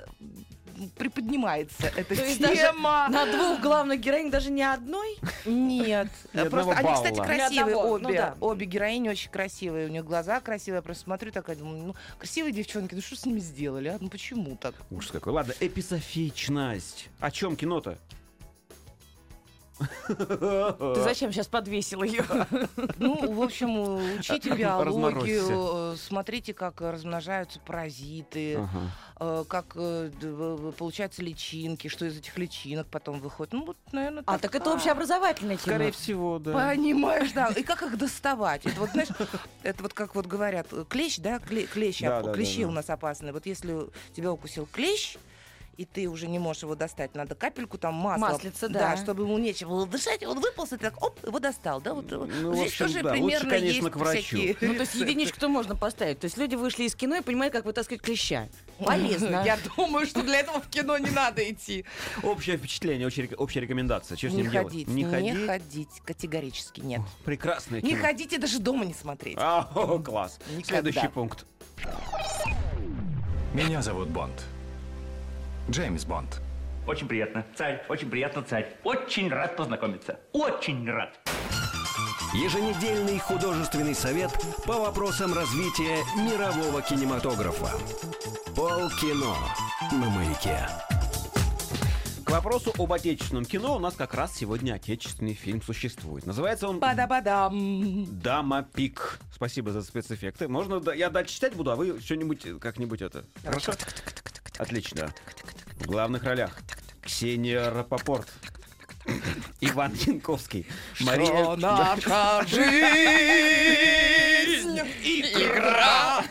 E: приподнимается эта
F: То есть
E: тема.
F: На двух главных героинь даже не одной?
E: Нет.
D: Ни одного
E: Просто они, кстати,
D: балла.
F: Ни
E: красивые
F: одного, ну
E: обе.
F: да.
E: Обе героини очень красивые. У них глаза красивые. Я просто смотрю такая, думаю, ну, красивые девчонки, ну что с ними сделали, а? Ну почему так?
D: Ужас какой. Ладно, эписофичность. О чем кино-то?
F: Ты
E: А.
F: зачем сейчас подвесила ее?
E: Ну, в общем, учите биологию,
D: Э, Разморозься. А.
E: э, смотрите, как э, размножаются паразиты,
D: Ага.
E: э, как э, д- в- в- получаются личинки, что из этих личинок потом выходит. Ну, вот, наверное,
F: А, так это общеобразовательное кино.
D: Скорее всего, да.
E: Понимаешь, да. И как их доставать? Это вот, знаешь, это вот как вот говорят, э, клещ, да, кле- клещ,
D: Да,
E: оп-
D: да, да,
E: клещи
D: да.
E: у нас опасны. Вот если тебя укусил клещ, и ты уже не можешь его достать. Надо капельку там масла.
F: Маслица, да.
E: чтобы ему нечего было дышать. Он выполз и так, оп, его достал. Да? Вот, э,
D: Ну, в
E: здесь
D: общем,
E: тоже
D: да. Лучше,
E: примерно
D: конечно,
E: есть
D: к врачу.
E: всякие
F: Ну, то есть
E: рецепты.
F: единичку-то можно поставить. То есть люди вышли из кино и понимают, как вытаскивать клеща. Полезно.
E: Я думаю, что для этого в кино не надо идти.
D: Общее впечатление, очень рек- общая рекомендация. Что с
E: Не
D: ним делать?
E: ходить.
D: Не
E: Не
D: ходить.
E: ходить. Категорически нет.
D: Прекрасное
E: Не
D: кино.
E: ходите, даже дома не смотреть.
D: А, о, класс.
E: Никогда.
D: Следующий пункт.
J: Меня зовут Бонд. Джеймс Бонд.
K: Очень приятно, царь, очень приятно, царь. Очень рад познакомиться. Очень рад.
A: Еженедельный художественный совет по вопросам развития мирового кинематографа. Полкино на маяке.
D: К вопросу об отечественном кино у нас как раз сегодня отечественный фильм существует. Называется он
E: Бада-бадам.
D: «Дама Пик». Спасибо за спецэффекты. Можно, да- я дальше читать буду, а вы что-нибудь э, как-нибудь это... Хорошо? Отлично. В главных ролях Ксения Рапопорт. Иван Янковский. Мария...
E: Что наша жизнь игра.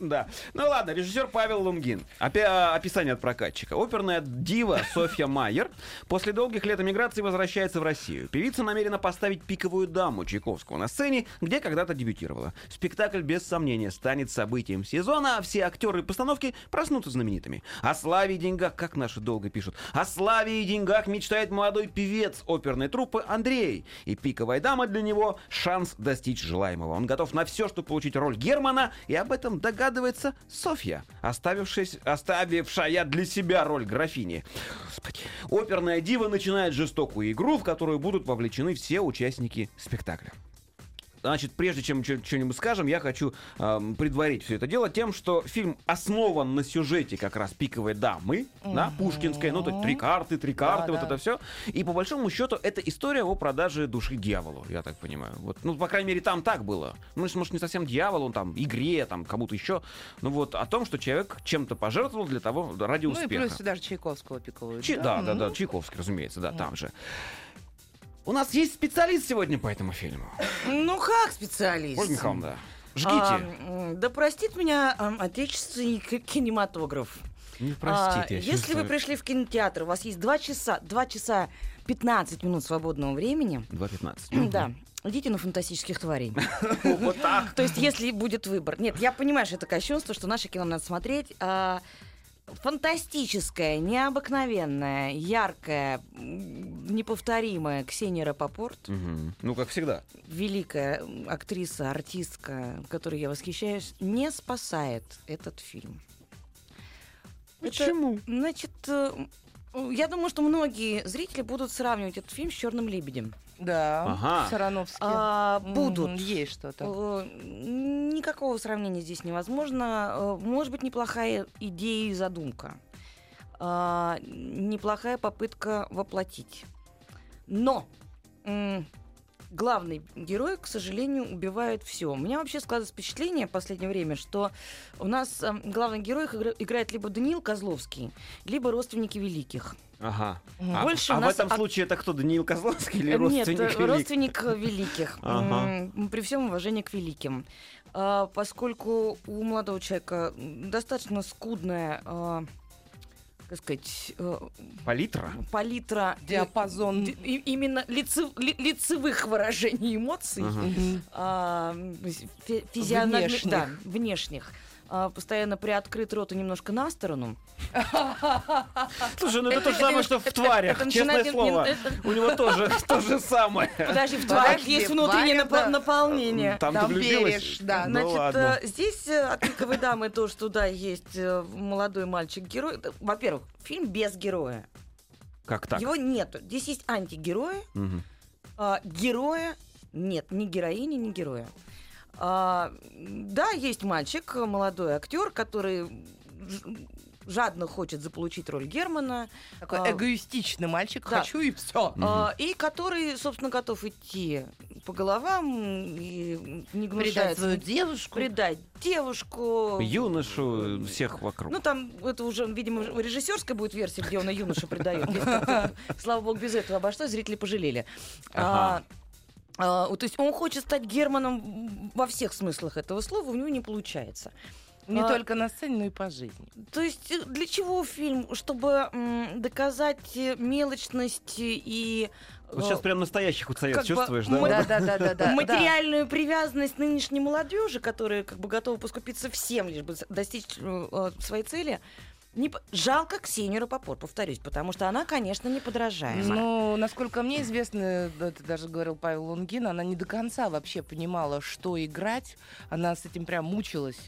D: Да. Ну ладно, режиссер Павел Лунгин. Опя- описание от прокатчика. Оперная дива Софья Майер после долгих лет эмиграции возвращается в Россию. Певица намерена поставить пиковую даму Чайковского на сцене, где когда-то дебютировала. Спектакль, без сомнения, станет событием сезона, а все актеры и постановки проснутся знаменитыми. О славе и деньгах, как наши долго пишут, о славе и деньгах мечтает молодой певец оперной труппы Андрей. И пиковая дама для него — шанс достичь желаемого. Он готов на все, чтобы получить роль Германа, и об этом догадывается Софья, оставившись, оставившая для себя роль графини. Господи. Оперная дива начинает жестокую игру, в которую будут вовлечены все участники спектакля. Значит, прежде чем что-нибудь скажем, я хочу эм, предварить все это дело тем, что фильм основан на сюжете как раз пиковой дамы, да, Пушкинской, ну, то есть три карты, три карты, вот это все. И по большому счету, это история о продаже души дьяволу, я так понимаю. Вот, ну, по крайней мере, там так было. Ну, может, не совсем дьявол, он там игре, там, кому-то еще. Ну, вот о том, что человек чем-то пожертвовал для того, ради
E: Ну и
D: успеха.
E: плюс сюда же Чайковского пиковую.
D: Чи- Да, да, да, Чайковский, разумеется, да, там же. У нас есть специалист сегодня по этому фильму.
F: Ну как специалист?
D: Ольга Михайловна,
F: А,
D: жгите.
F: м, да простит меня а, отечественный к- кинематограф.
D: Не
F: А, если вы пришли в кинотеатр, у вас есть 2 часа, 2 часа 15 минут свободного времени.
D: 2.15.
F: Да. Идите на фантастических тварей.
D: Вот так.
F: То есть, если будет выбор. Нет, я понимаю, что это кощунство, что наше кино надо смотреть. а, Фантастическая, необыкновенная, яркая, м, неповторимая Ксения Рапопорт.
D: Мгм. Ну, как всегда.
F: великая м, актриса, артистка, которой я восхищаюсь, не спасает этот фильм. Это, значит, э, м, я думаю, что многие зрители будут сравнивать этот фильм с Черным лебедем.
E: Да,
D: Ага.
E: Сарановский.
F: А,
E: М,
F: будут.
E: Есть что-то.
F: Э, Никакого сравнения здесь невозможно. Э, Может быть, неплохая идея и задумка. А, Неплохая попытка воплотить. Но м, главный герой, к сожалению, убивает все. У меня вообще складывается впечатление в последнее время, что у нас э, главных героев игра- играет либо Даниил Козловский, либо родственники великих.
D: Ага.
E: Мгм.
D: А-
F: Больше
D: а
F: у
D: в
F: нас
D: этом
F: ак-
D: случае это кто, Даниил Козловский или
F: Э,
D: родственник?
F: Нет, э,
D: Велик?
F: родственник э, великих.
D: Ага.
F: М, При всем уважении к великим. А, Поскольку у молодого человека м, достаточно скудная, а, как сказать, э,
D: Палитра?
F: палитра... и-
E: Диапазон.
F: ди- и- Именно лице- ли- лицевых выражений эмоций
D: Ага.
E: Мгм.
F: а, фи- физиономи-
E: Внешних.
F: да, внешних. А, Постоянно приоткрыт рот и немножко на сторону.
D: Слушай, ну это то же самое, что в тварях,
F: это
D: честное
F: начинает не-
D: слово.
F: это-
D: У него тоже то же самое.
F: Подожди, в тварях
E: Подожди,
F: есть внутреннее
E: Ваня,
F: напо-
E: да.
F: наполнение.
D: Там ты
E: Там
D: влюбилась?
E: веришь, да.
D: Ну
F: Значит,
D: ладно.
F: э, здесь э, от пиковой дамы то, что да, есть э, молодой мальчик-герой. Да, Во-первых, фильм без героя.
D: Как так?
F: Его нету. Здесь есть антигерои,
D: Мгм.
F: а, героя нет, ни героини, ни героя. А, да, есть мальчик, э, молодой актер, который ж- жадно хочет заполучить роль Германа.
E: Такой
F: а,
E: эгоистичный мальчик.
F: да.
E: Хочу и все.
F: а, и который, собственно, готов идти по головам и не
E: Предать
F: гнушается.
E: свою девушку.
F: Предать девушку.
D: Юношу всех вокруг.
F: Ну, там, это уже, видимо, режиссерская будет версия, где он и юноша предает. Если как-то, Слава богу, без этого обошлось, зрители пожалели.
D: Ага.
F: А, а, то есть он хочет стать Германом во всех смыслах этого слова, у него не получается.
E: Не
F: А,
E: только на сцене, но и по жизни.
F: То есть э, для чего фильм? Чтобы м, доказать э, мелочность и э,
D: Вот сейчас прям настоящих вот
F: как
D: советов
F: бы
D: чувствуешь,
F: мы-
D: да?
E: Да-да-да-да-да.
F: материальную привязанность нынешней молодежи, которая как бы готова поскупиться всем, лишь бы с- достичь э, э, своей цели. Не по- Жалко Ксению Рапопорт, повторюсь, потому что она, конечно, неподражаема.
E: Ну, насколько мне известно, да, это даже говорил Павел Лунгин, она не до конца вообще понимала, что играть. Она с этим прям мучилась.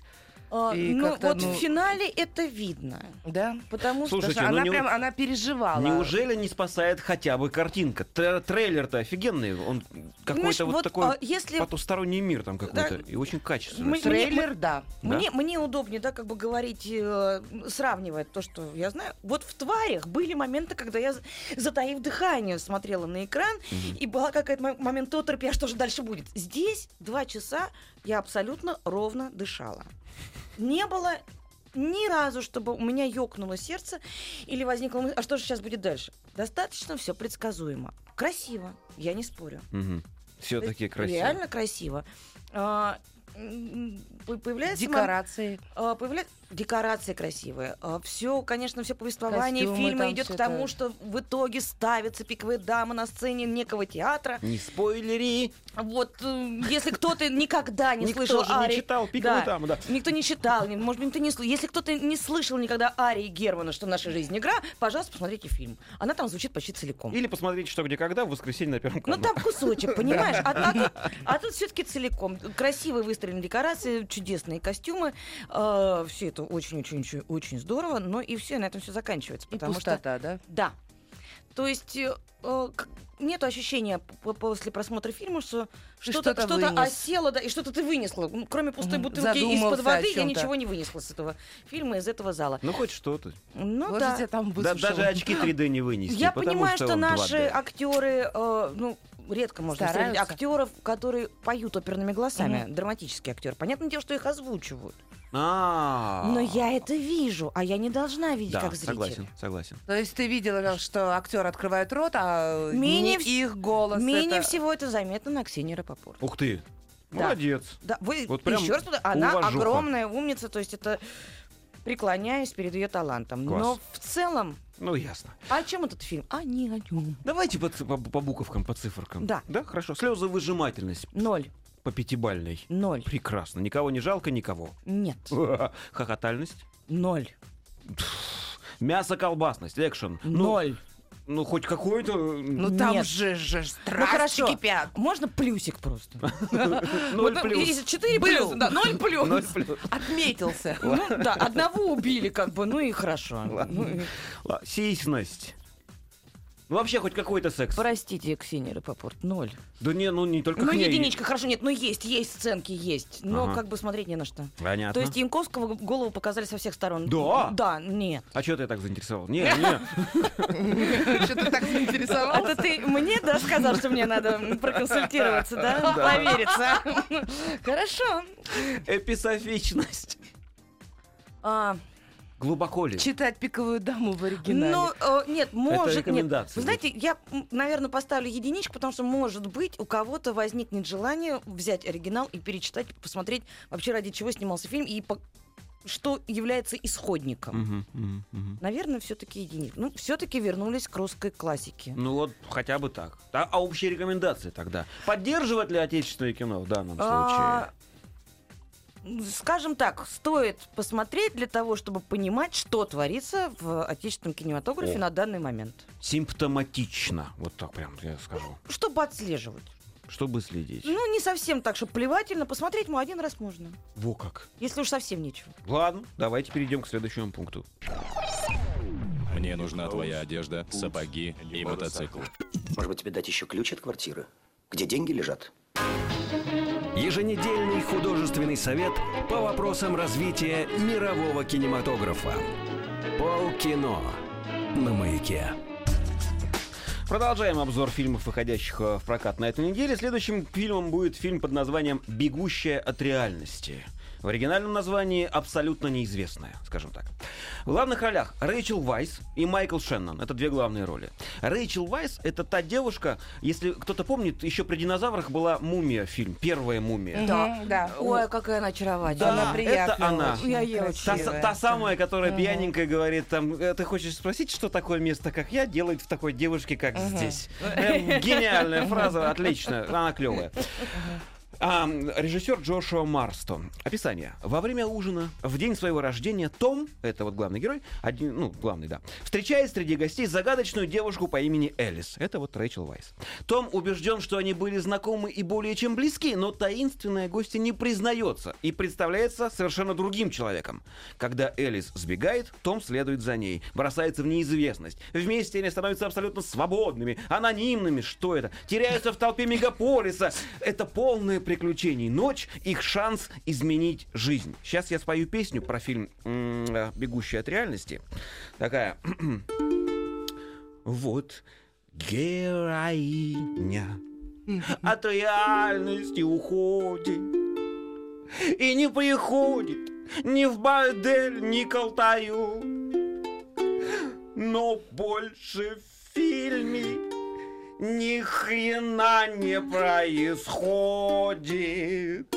F: А,
E: и
F: ну,
E: как-то,
F: вот
E: ну-
F: в финале это видно.
E: Да?
F: Потому что
D: Слушайте,
E: Потому что
D: ну
E: она
D: не-
E: прям, она переживала.
D: Неужели не спасает хотя бы картинка? Тре- Трейлер-то офигенный, он
F: Знаешь,
D: какой-то вот
F: вот,
D: такой
F: а, если-
D: потусторонний мир там какой-то, и очень качественный.
F: Мы-
E: Трейлер, да.
D: Да?
F: Мне, мне удобнее, да, как бы говорить, э, сравнивая то, что я знаю. Вот в «Тварях» были моменты, когда я, затаив дыхание, смотрела на экран, и была какая-то мо- момент оторопи, а что же дальше будет? Здесь два часа я абсолютно ровно дышала. Не было ни разу, чтобы у меня ёкнуло сердце или возникло мысль, а что же сейчас будет дальше? Достаточно все предсказуемо. Красиво, я не спорю.
D: Все-таки
F: То есть
D: красиво.
F: Реально красиво. А, м, по- появляется мом-
E: Декорации.
F: а, появля- декорации красивые. Все, конечно, все повествование
E: Костюмы
F: фильма
E: там
F: идет
E: всё
F: к тому,
E: это.
F: что в итоге ставятся пиковые дамы на сцене некого театра.
D: Не спойлери,
F: Вот, э, если кто-то никогда не
D: никто
F: слышал
D: же
F: арии-
D: не читал, пиковый
F: Да.
D: там, да.
F: Никто не читал, не- может быть, никто не слышал. Если кто-то не слышал никогда Арии Германа, что наша жизнь игра, пожалуйста, посмотрите фильм. Она там звучит почти целиком.
D: Или посмотреть, что где когда в воскресенье на первом
F: Ну
D: канале.
F: там кусочек, понимаешь? А, а тут, все-таки целиком. Красивые выстроены декорации, чудесные костюмы. все это очень-очень-очень здорово. Но и все, на этом все заканчивается.
E: И
F: Потому что
E: пустота, да?
F: да. То есть э, э, к- нету ощущения п- после просмотра фильма, что
E: Ты
F: что-то
E: что-то
F: что
E: вынес.
F: осело, да, и что-то ты вынесла. Ну, Кроме пустой
E: Мгм.
F: бутылки из-под
E: Задумался о
F: воды, я
E: чём-то.
F: ничего не вынесла с этого фильма, из этого зала.
D: Ну хоть что-то.
F: Ну
E: Боже,
F: да.
E: тебя там
D: Да,
E: высушило.
D: даже очки 3D не вынести.
F: Я
D: потому
F: понимаю, что,
D: он
F: наши
D: 2D.
F: а актеры, э, ну, редко можно встретить
E: Стараются.
F: актеров, которые поют оперными голосами,
E: Мгм.
F: драматические актеры. Понятное дело, что их озвучивают.
D: А.
F: Но я это вижу, а я не должна видеть
D: да,
F: как зритель.
D: согласен, согласен.
E: То есть ты видела, что актер открывает рот, а не
F: Менее вс-
E: их голос.
F: Менее
E: это-
F: всего это заметно на Ксении Рапопорт.
D: Ух ты.
F: Да.
D: Молодец.
F: Да, вы
D: Вот прям
F: еще раз туда- она
D: уважуха.
F: огромная умница, то есть это преклоняюсь перед ее талантом.
D: Класс.
F: Но в целом,
D: Ну ясно.
F: о чем этот фильм? А не о нем.
D: Давайте по, ц- по- по буквкам, по циферкам.
F: Да.
D: Да, хорошо. Слезовыжимательность
F: Ноль.
D: по пятибальной.
F: Ноль.
D: Прекрасно. Никого не жалко, никого.
F: Нет.
D: Хохотальность.
F: Ноль.
D: Мясо-колбасность. Экшен. Ну,
F: Ноль.
D: Ну, хоть какой-то... м,
E: Ну там
F: Нет.
E: же, же
F: Ну
E: страсти
F: хорошо.
E: кипят.
F: Можно плюсик просто.
D: Ноль
F: Вот, ну,
D: плюс.
F: если четыре
E: Был.
F: плюс, да, ноль плюс.
D: Ноль плюс.
E: Отметился.
F: Ну да, одного убили, как бы, ну и хорошо. Ну, и-
D: Ла- Сисьность. Ну, вообще хоть какой-то секс.
F: Простите, Ксения Рапопорт, ноль.
D: Да не, ну не только
F: Ну,
D: к ней.
F: единичка, хорошо, нет, ну есть, есть сценки, есть. Но
D: Ага.
F: как бы смотреть не на что.
D: Понятно.
F: То есть Янковского голову показали со всех сторон.
D: Да?
F: Да, нет.
D: А что ты так заинтересовал? Не, не.
E: Что ты так заинтересовался?
F: Это А ты мне, да, сказал, что мне надо проконсультироваться, да? Повериться. Хорошо.
D: Эписофичность.
F: А,
D: Глубоко ли?
E: Читать пиковую даму в оригинале.
F: Ну, э, нет, может, нет.
D: рекомендации.
F: Вы знаете, я, наверное, поставлю единичку, потому что, может быть, у кого-то возникнет желание взять оригинал и перечитать, посмотреть вообще, ради чего снимался фильм и по- что является исходником.
D: Мгм, мгм, мгм.
F: Наверное, все-таки единица. Ну, все-таки вернулись к русской классике.
D: Ну вот хотя бы так. А, а общие рекомендации тогда? Поддерживать ли отечественное кино в данном
F: А,
D: случае?
F: Скажем так, стоит посмотреть для того, чтобы понимать, что творится в отечественном кинематографе
D: О.
F: на данный момент.
D: Симптоматично. Вот так прям я скажу.
F: Чтобы отслеживать.
D: Чтобы следить.
F: Ну, не совсем так, что плевательно. Посмотреть мы один раз можно.
D: Во как.
F: Если уж совсем нечего.
D: Ладно, давайте перейдем к следующему пункту.
J: Мне нужна твоя одежда, сапоги и мотоцикл.
L: Может быть, тебе дать еще ключ от квартиры, где деньги лежат?
A: Еженедельный художественный совет по вопросам развития мирового кинематографа. Полкино на маяке.
D: Продолжаем обзор фильмов, выходящих э, в прокат на этой неделе. Следующим фильмом будет фильм под названием «Бегущая от реальности». В оригинальном названии абсолютно неизвестная, скажем так. В главных ролях Рэйчел Вайс и Майкл Шеннон. Это две главные роли. Рэйчел Вайс — это та девушка, если кто-то помнит, еще при динозаврах была «Мумия» фильм, первая «Мумия».
E: Да, да.
F: Ой, какая она очаровательная.
D: Да,
E: А, Она приятная.
D: это она.
E: очень,
F: Я ей
E: красивая.
F: очень
D: Та, са- та самая, которая пьяненькая говорит, там, «Э, ты хочешь спросить, что такое место, как я, делает в такой девушке, как здесь. Прям гениальная фраза, отлично, она клевая. А, режиссер Джошуа Марстон. Описание. Во время ужина, в день своего рождения, Том, это вот главный герой, один, ну, главный, да, встречает среди гостей загадочную девушку по имени Элис. Это вот Рэйчел Вайс. Том убежден, что они были знакомы и более чем близки, но таинственная гостья не признается и представляется совершенно другим человеком. Когда Элис сбегает, Том следует за ней, бросается в неизвестность. Вместе они становятся абсолютно свободными, анонимными, что это, теряются в толпе мегаполиса. Это полное приключений ночь, их шанс изменить жизнь. Сейчас я спою песню про фильм м, э, «Бегущий от реальности». Такая... Вот героиня от реальности уходит и не приходит ни в бордель, ни к Алтаю. Но больше в фильме ни хрена не происходит.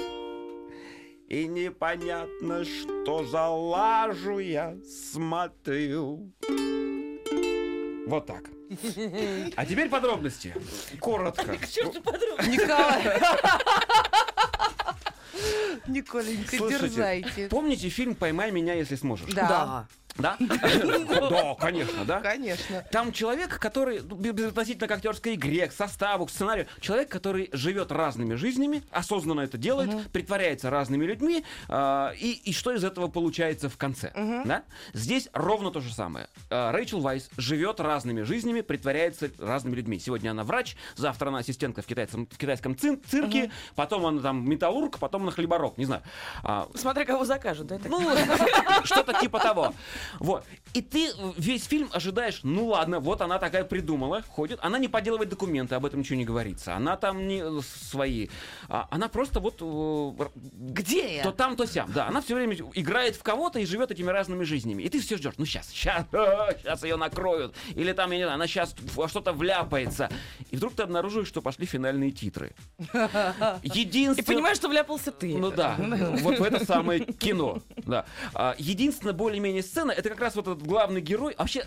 D: И непонятно, что за лажу я смотрю. Вот так. А теперь подробности. Коротко.
E: Николай. Николенька, дерзайте.
D: помните фильм «Поймай меня, если сможешь»?
E: Да,
D: Да? Да, конечно, да?
E: конечно.
D: Там человек, который, ну, без- безотносительно к актерской игре, к составу, к сценарию, человек, который живет разными жизнями, осознанно это делает, притворяется разными людьми, а, и, и что из этого получается в конце. Да? Здесь ровно то же самое. А, Рэйчел Вайс живет разными жизнями, притворяется разными людьми. Сегодня она врач, завтра она ассистентка в китайском, в китайском цин- цирке, потом она там металлург, потом она хлеборок, не знаю. А,
F: Смотря кого закажут, да? Ну,
D: что-то типа того. Вот. И ты весь фильм ожидаешь, ну ладно, вот она такая придумала, ходит. Она не подделывает документы, об этом ничего не говорится. Она там не э, свои. А, Она просто вот... э, р-
F: где
D: То
F: я?
D: там, то сям. Да, она все время играет в кого-то и живет этими разными жизнями. И ты все ждешь. Ну сейчас, сейчас, сейчас ее накроют. Или там, я не знаю, она сейчас во что-то вляпается. И вдруг ты обнаруживаешь, что пошли финальные титры.
F: И
D: Единственное...
F: понимаешь, что вляпался ты.
D: Ну да, вот в это самое кино. Да. А, Единственная более-менее сцена, это как раз вот этот главный герой. А Вообще,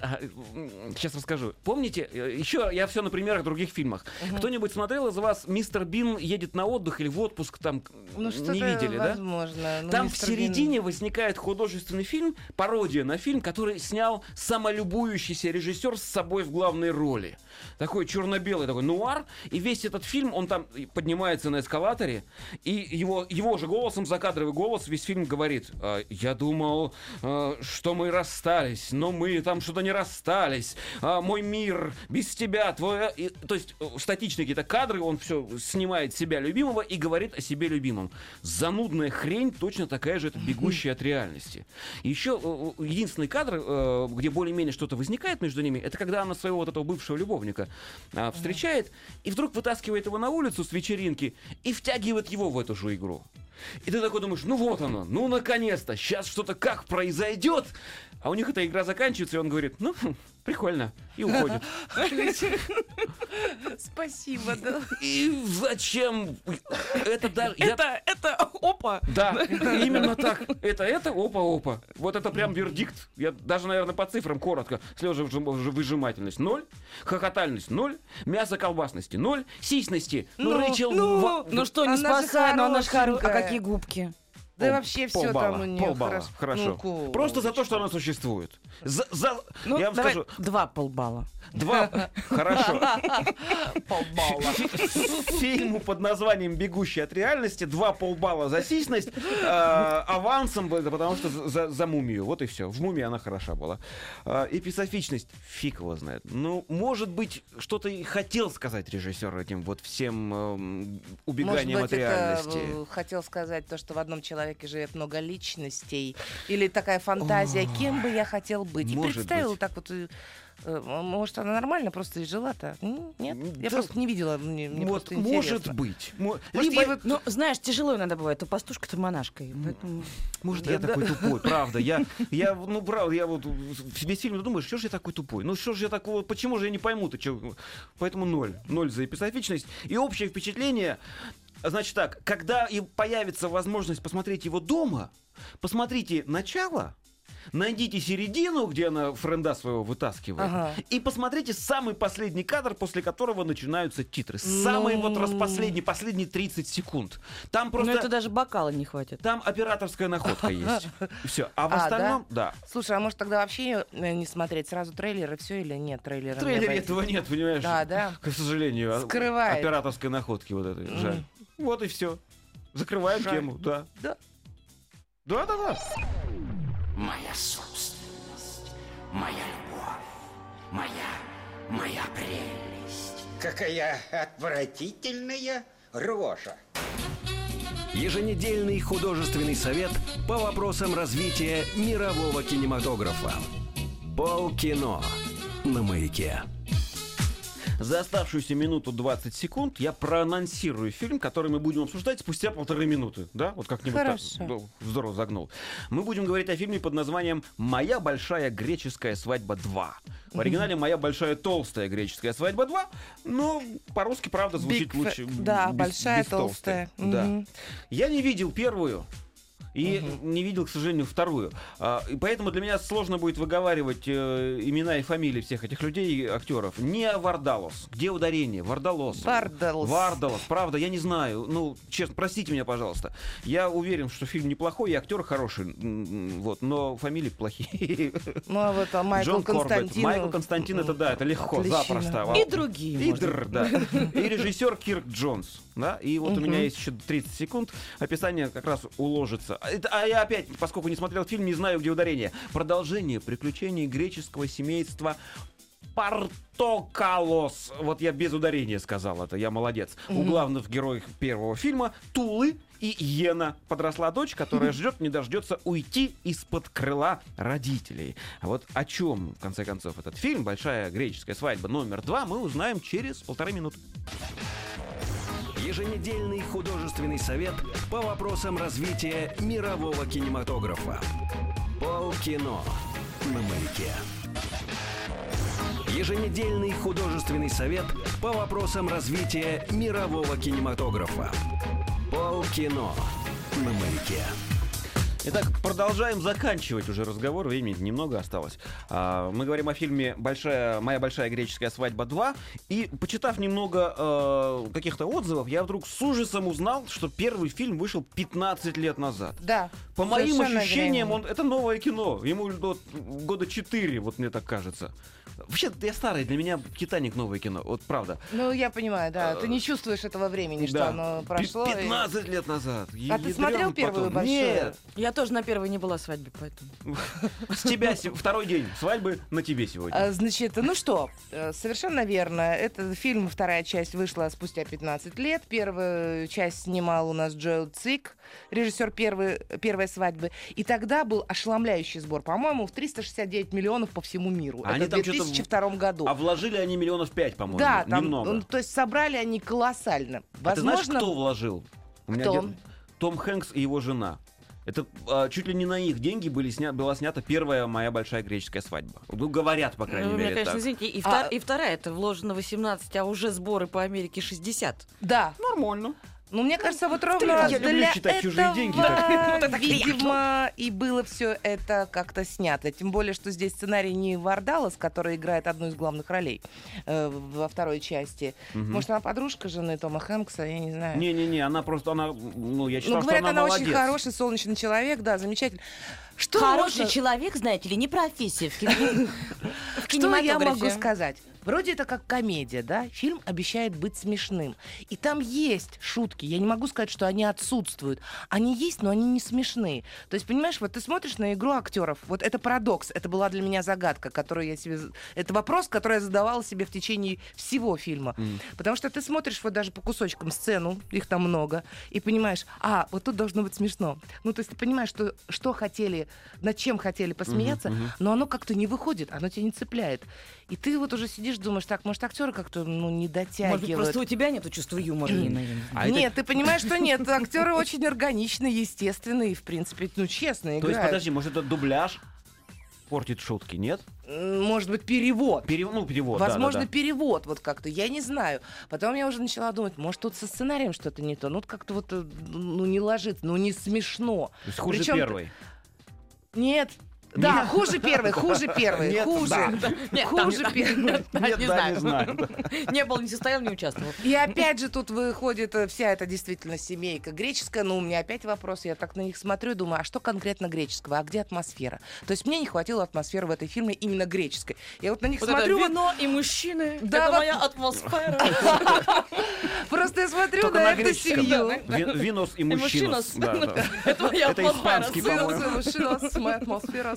D: сейчас расскажу. Помните, э, еще я все на примерах других фильмах. Кто-нибудь смотрел из вас «Мистер Бин едет на отдых» или в отпуск там к-
E: Ну что-то
D: не видели, да?
E: возможно. Ну,
D: Там в
E: мистер Бин-
D: середине возникает художественный фильм, пародия на фильм, который снял самолюбующийся режиссер с собой в главной роли. Такой черно-белый такой нуар. И весь этот фильм, он там поднимается на эскалаторе, и его, его же голосом, закадровый голос, весь фильм говорит, «А, я думал, э, что мы расстались, но мы там что-то не расстались. А, мой мир без тебя, твой... и- то есть э, статичные какие-то кадры, он все снимает себя любимого и говорит о себе любимом. Занудная хрень точно такая же, это бегущая от реальности. Еще э, э, единственный кадр, э, где более-менее что-то возникает между ними, это когда она своего вот этого бывшего любовника а, встречает и вдруг вытаскивает его на улицу с вечеринки и втягивает его в эту же игру. И ты такой думаешь, ну вот оно, ну наконец-то, сейчас что-то как произойдет. А у них эта игра заканчивается, и он говорит, ну, хм, прикольно, и уходит.
E: Спасибо, да.
D: И зачем? Это даже... я-
F: Это, это, опа.
D: Да, именно так. Это это, опа-опа. Вот это прям вердикт. Я даже, наверное, по цифрам коротко. Слежа выжимательность ноль, хохотальность ноль, мясо колбасности ноль, сисности. Ну,
E: Ну,
D: Рэйчел
E: ну,
D: Ва-
F: Ну что, не
E: Она же
F: спасай, но она же хоро- А
E: хорошенькая.
F: какие губки?
E: Да и
D: Пол-
E: вообще все
D: полбалла,
E: там у Ну, нее
D: полбалла. Хорошо. Просто за то, что она существует. За, за-
F: Ну,
D: я вам
F: давай
D: скажу,
F: два полбала.
D: два... Хорошо.
E: Полбала.
D: фильму под названием «Бегущий от реальности» два полбалла за сисьность, э, авансом, это потому что за- за, за мумию. Вот и все. В мумии она хороша была. Э, эписофичность, фиг его знает. Ну, может быть, что-то и хотел сказать режиссер этим вот всем эм,
E: Может
D: убеганием от
E: быть, это
D: реальности.
E: э, хотел сказать то, что в одном человеке живет много личностей. Или такая фантазия, кем бы я хотел быть. И
D: Может
E: представила
D: быть.
E: так вот... э, э, Может, она нормально просто и жила-то? М, Нет? Я
D: Да.
E: просто не видела. Мне, мне
D: Вот,
E: просто
D: может
E: интересно.
D: быть. Мо-
F: Может,
D: либо-
F: ей вот- ну, знаешь, тяжело иногда бывает. То пастушка, то монашкой. поэтому- ну,
D: Может, я
F: Да.
D: такой тупой, правда. Я, я, ну, правда, я вот в- весь фильм думаю, что же я такой тупой? Ну, что же я такого, почему же я не пойму-то? чё?» Поэтому ноль. Ноль за эпизофичность. И общее впечатление, значит так, когда и появится возможность посмотреть его дома, посмотрите начало, Найдите середину, где она френда своего вытаскивает,
E: Ага.
D: и посмотрите самый последний кадр, после которого начинаются титры. Самый вот раз последний, последние 30 секунд. Там
F: Но
D: просто...
F: это даже бокала не хватит.
D: Там операторская находка есть. Все. А в
E: А, да?
D: остальном, да.
E: Слушай, а может тогда вообще э, не смотреть сразу трейлеры, все или нет трейлера?
D: В
E: не
D: трейлере
E: обойти?
D: этого нет, понимаешь?
E: Да, да.
D: К сожалению, а-
E: Скрывает.
D: операторской находки вот этой. Жаль. Вот и все. Закрываем
E: Жаль.
D: тему, да.
E: Да.
D: Да, да, да.
M: Моя собственность, моя любовь, моя, моя прелесть.
N: Какая отвратительная рожа.
A: Еженедельный художественный совет по вопросам развития мирового кинематографа. Полкино на маяке.
D: За оставшуюся минуту 20 секунд я проанонсирую фильм, который мы будем обсуждать спустя полторы минуты. Да, вот как-нибудь так.
E: Хорошо.
D: Да, здорово загнул. Мы будем говорить о фильме под названием «Моя большая греческая свадьба 2». В оригинале «Моя большая толстая греческая свадьба 2», но по-русски, правда, звучит
E: Big fa-
D: лучше. м,
E: да,
D: без-
E: большая
D: без толстой.
E: толстая.
D: Да.
E: Мгм.
D: Я не видел первую. И не видел, к сожалению, вторую. А, и поэтому для меня сложно будет выговаривать э, имена и фамилии всех этих людей и актеров. Не Вардалос. Где ударение? Вардалос.
E: Вардалос.
D: Вардалос. Правда, я не знаю. Ну, честно, простите меня, пожалуйста. Я уверен, что фильм неплохой, и актер хороший. м, м, Вот, но фамилии плохие.
E: Ну, а вот а, Майкл
D: Джон Корбет.
E: Константин.
D: Майкл Константин, это да, это легко,
E: отличина.
D: запросто.
F: И другие,
D: И
F: может
D: др,
F: быть.
D: да. И режиссер Кирк Джонс. Да? И вот у меня
F: Мгм.
D: есть еще 30 секунд. Описание как раз уложится. А это- А я опять, поскольку не смотрел фильм, не знаю, где ударение. Продолжение приключений греческого семейства Портокалос. Вот я без ударения сказал это, я молодец. У
J: Мгм.
D: главных героев первого фильма Тулы и Йена. Подросла дочь, которая ждет, не дождется уйти из-под крыла родителей. А вот о чем, в конце концов, этот фильм «Большая греческая свадьба» номер два мы узнаем через полторы минуты.
A: Еженедельный художественный совет по вопросам развития мирового кинематографа. Полкино на маяке. Еженедельный художественный совет по вопросам развития мирового кинематографа. Полкино на маяке.
D: Итак, продолжаем заканчивать уже разговор. Времени немного осталось. А, Мы говорим о фильме «Большая, «Моя большая греческая свадьба 2». И, почитав немного э, каких-то отзывов, я вдруг с ужасом узнал, что первый фильм вышел 15 лет назад.
E: Да.
D: По моим
E: совершенно
D: ощущениям,
E: верно.
D: он, это новое кино. Ему вот года 4, вот мне так кажется. Вообще, я старый, для меня «Титаник» новое кино. Вот правда.
E: Ну, я понимаю, да.
D: Э,
E: Ты не чувствуешь этого времени, что
D: да.
E: оно
D: Пи-
E: прошло. и-
D: 15 лет назад.
E: А ты смотрел
D: Ядрёный
E: первую
D: поток.
E: большую?
D: Нет.
F: Я тоже на первой не была свадьбе, поэтому.
D: С тебя се- второй день свадьбы на тебе
E: А,
D: сегодня.
E: Значит, ну что, э, совершенно верно. Это фильм, вторая часть вышла спустя 15 лет. Первую часть снимал у нас Джоэл Цик, режиссер первой, первой свадьбы. И тогда был ошеломляющий сбор, по-моему, в 369 миллионов по всему миру.
D: А они
E: Это
D: там
E: в 2002 году.
D: А вложили они миллионов пять, по-моему.
E: да, там,
D: немного.
E: ну, то есть собрали они колоссально.
D: А ты
E: Возможно,
D: знаешь, кто вложил? У меня
E: Кто?
D: дед- Том Хэнкс и его жена. Это а, чуть ли не на их деньги были сня... была снята первая моя большая греческая свадьба. Ну, говорят, по крайней
F: Ну, вы
D: мере,
F: меня, конечно,
D: так.
F: извините. И,
E: А-
F: втор- и вторая, это вложено 18, а уже сборы по Америке 60.
E: Да.
D: Нормально.
E: Ну, мне кажется, вот
F: Ты-
E: ровно
F: я
E: для
F: люблю считать чужие
E: этого,
F: деньги, так. Вот это
E: видимо, и было все это как-то снято. Тем более, что здесь сценарий не Вардалас, которая играет одну из главных ролей э, во второй части.
D: Мгм.
E: Может, она подружка жены Тома Хэнкса, я не знаю.
D: Не-не-не, она просто, она, ну, я считал,
E: ну, говорят,
D: что она,
E: она,
D: молодец.
E: очень хороший, солнечный человек, да, замечательно.
F: Что
O: Хороший
F: можно-
O: человек, знаете ли, не профессия в кино- в
E: Что я
O: кинематографе.
E: могу сказать? Вроде это как комедия, да? Фильм обещает быть смешным. И там есть шутки. Я не могу сказать, что они отсутствуют. Они есть, но они не смешные. То есть, понимаешь, вот ты смотришь на игру актеров. Вот это парадокс. Это была для меня загадка, которую я себе... з- Это вопрос, который я задавала себе в течение всего фильма. Потому что ты смотришь вот даже по кусочкам сцену, их там много, и понимаешь, а, вот тут должно быть смешно. Ну, то есть ты понимаешь, что, что хотели, над чем хотели посмеяться,
P: мгм.
E: но оно как-то не выходит, оно тебя не цепляет. И ты вот уже сидишь, думаешь, так, может, актеры как-то, ну, не дотягивают.
F: Может быть, просто у тебя нету чувства юмора, Нина, я не
D: А
F: знаю.
E: Нет, ты понимаешь, что нет, актеры очень органичные, естественные, и, в принципе, ну, честно
D: То есть,
E: играют.
D: подожди, может, это дубляж портит шутки, нет?
E: М, Может быть, перевод.
D: Перев- Ну, перевод, да, да,
E: Возможно,
D: да.
E: перевод вот как-то, я не знаю. Потом я уже начала думать, может, тут со сценарием что-то не то. Ну, вот как-то вот, э, ну, не ложится, ну, не смешно.
D: То есть хуже
E: Причём ты-
D: первой.
E: Нет. Да,
D: Нет.
E: хуже первой, хуже первой,
D: Нет,
E: хуже,
D: да.
F: Нет,
E: хуже
F: там не-
E: первой.
F: Нет, не да, не знаю. Не был, не состоял, не участвовал.
E: И опять же тут выходит э, вся эта действительно семейка греческая, но у меня опять вопрос, я так на них смотрю и думаю, а что конкретно греческого, а где атмосфера? То есть мне не хватило атмосферы в этой фильме именно греческой. Я вот на них
F: Вот это
E: смотрю, вот
F: вино и мужчины.
E: Да,
F: это
E: вот-
F: моя атмосфера.
E: просто я смотрю
D: Только
E: на
D: на
E: эту
D: греческом.
E: семью.
D: Ви- винос и мужчинос. Да, да.
F: Это моя
D: Это
F: атмосфера.
D: испанский,
E: Сынос
D: по-моему.
E: и мужчинос, моя атмосфера.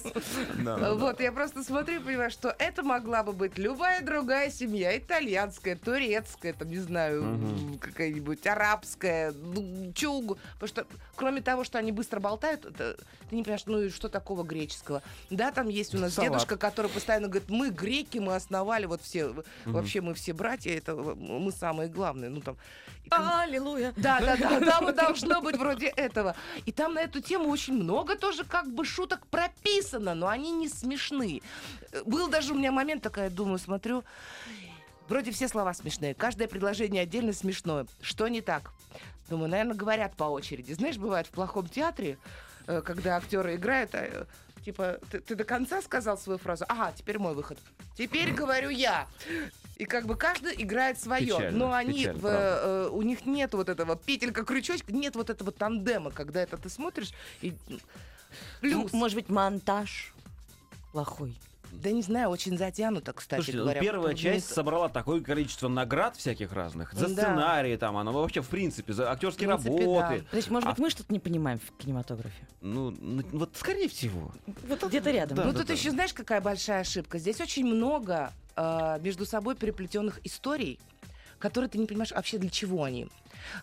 D: Да, да,
E: Вот, я просто смотрю и понимаю, что это могла бы быть любая другая семья. Итальянская, турецкая, там, не знаю,
D: Мгм.
E: какая-нибудь арабская, ну, чё угодно. Потому что, кроме того, что они быстро болтают, это- ты не понимаешь, ну и что такого греческого? Да, там есть у нас
D: Салат.
E: дедушка, который постоянно говорит, мы греки, мы основали вот все,
D: Мгм.
E: вообще мы все братья, это мы самые главные. Ну, там,
F: А, Аллилуйя.
E: да, да, да, там должно быть вроде этого. И там на эту тему очень много тоже как бы шуток прописано, но они не смешны. Э, Был даже у меня момент такая, думаю, смотрю, вроде все слова смешные, каждое предложение отдельно смешное. Что не так? Думаю, наверное, говорят по очереди. Знаешь, бывает в плохом театре, э, когда актеры играют, а, э, типа, ты, ты до конца сказал свою фразу, ага, теперь мой выход. Теперь говорю я. И как бы каждый играет свое,
P: Печально,
E: но они
P: печально,
E: в,
P: правда.
E: э, у них нет вот этого петелька крючочка, нет вот этого тандема, когда это ты смотришь и
D: Ну,
E: плюс.
O: Ну, Может быть, монтаж плохой.
E: Да не знаю, очень затянуто, кстати
D: Слушайте, ну,
E: говоря.
D: первая
E: Не
D: часть
E: с-
D: собрала такое количество наград всяких разных. За
E: Да.
D: сценарии там, она вообще, в принципе, за актерские
O: В принципе,
D: работы.
O: да. То есть, может
D: А,
O: быть, мы что-то не понимаем в кинематографе.
D: Ну, ну, вот скорее всего.
O: Где-то рядом.
E: ну тут еще знаешь, какая большая ошибка. Здесь очень много э, между собой переплетенных историй, которые ты не понимаешь вообще для чего они.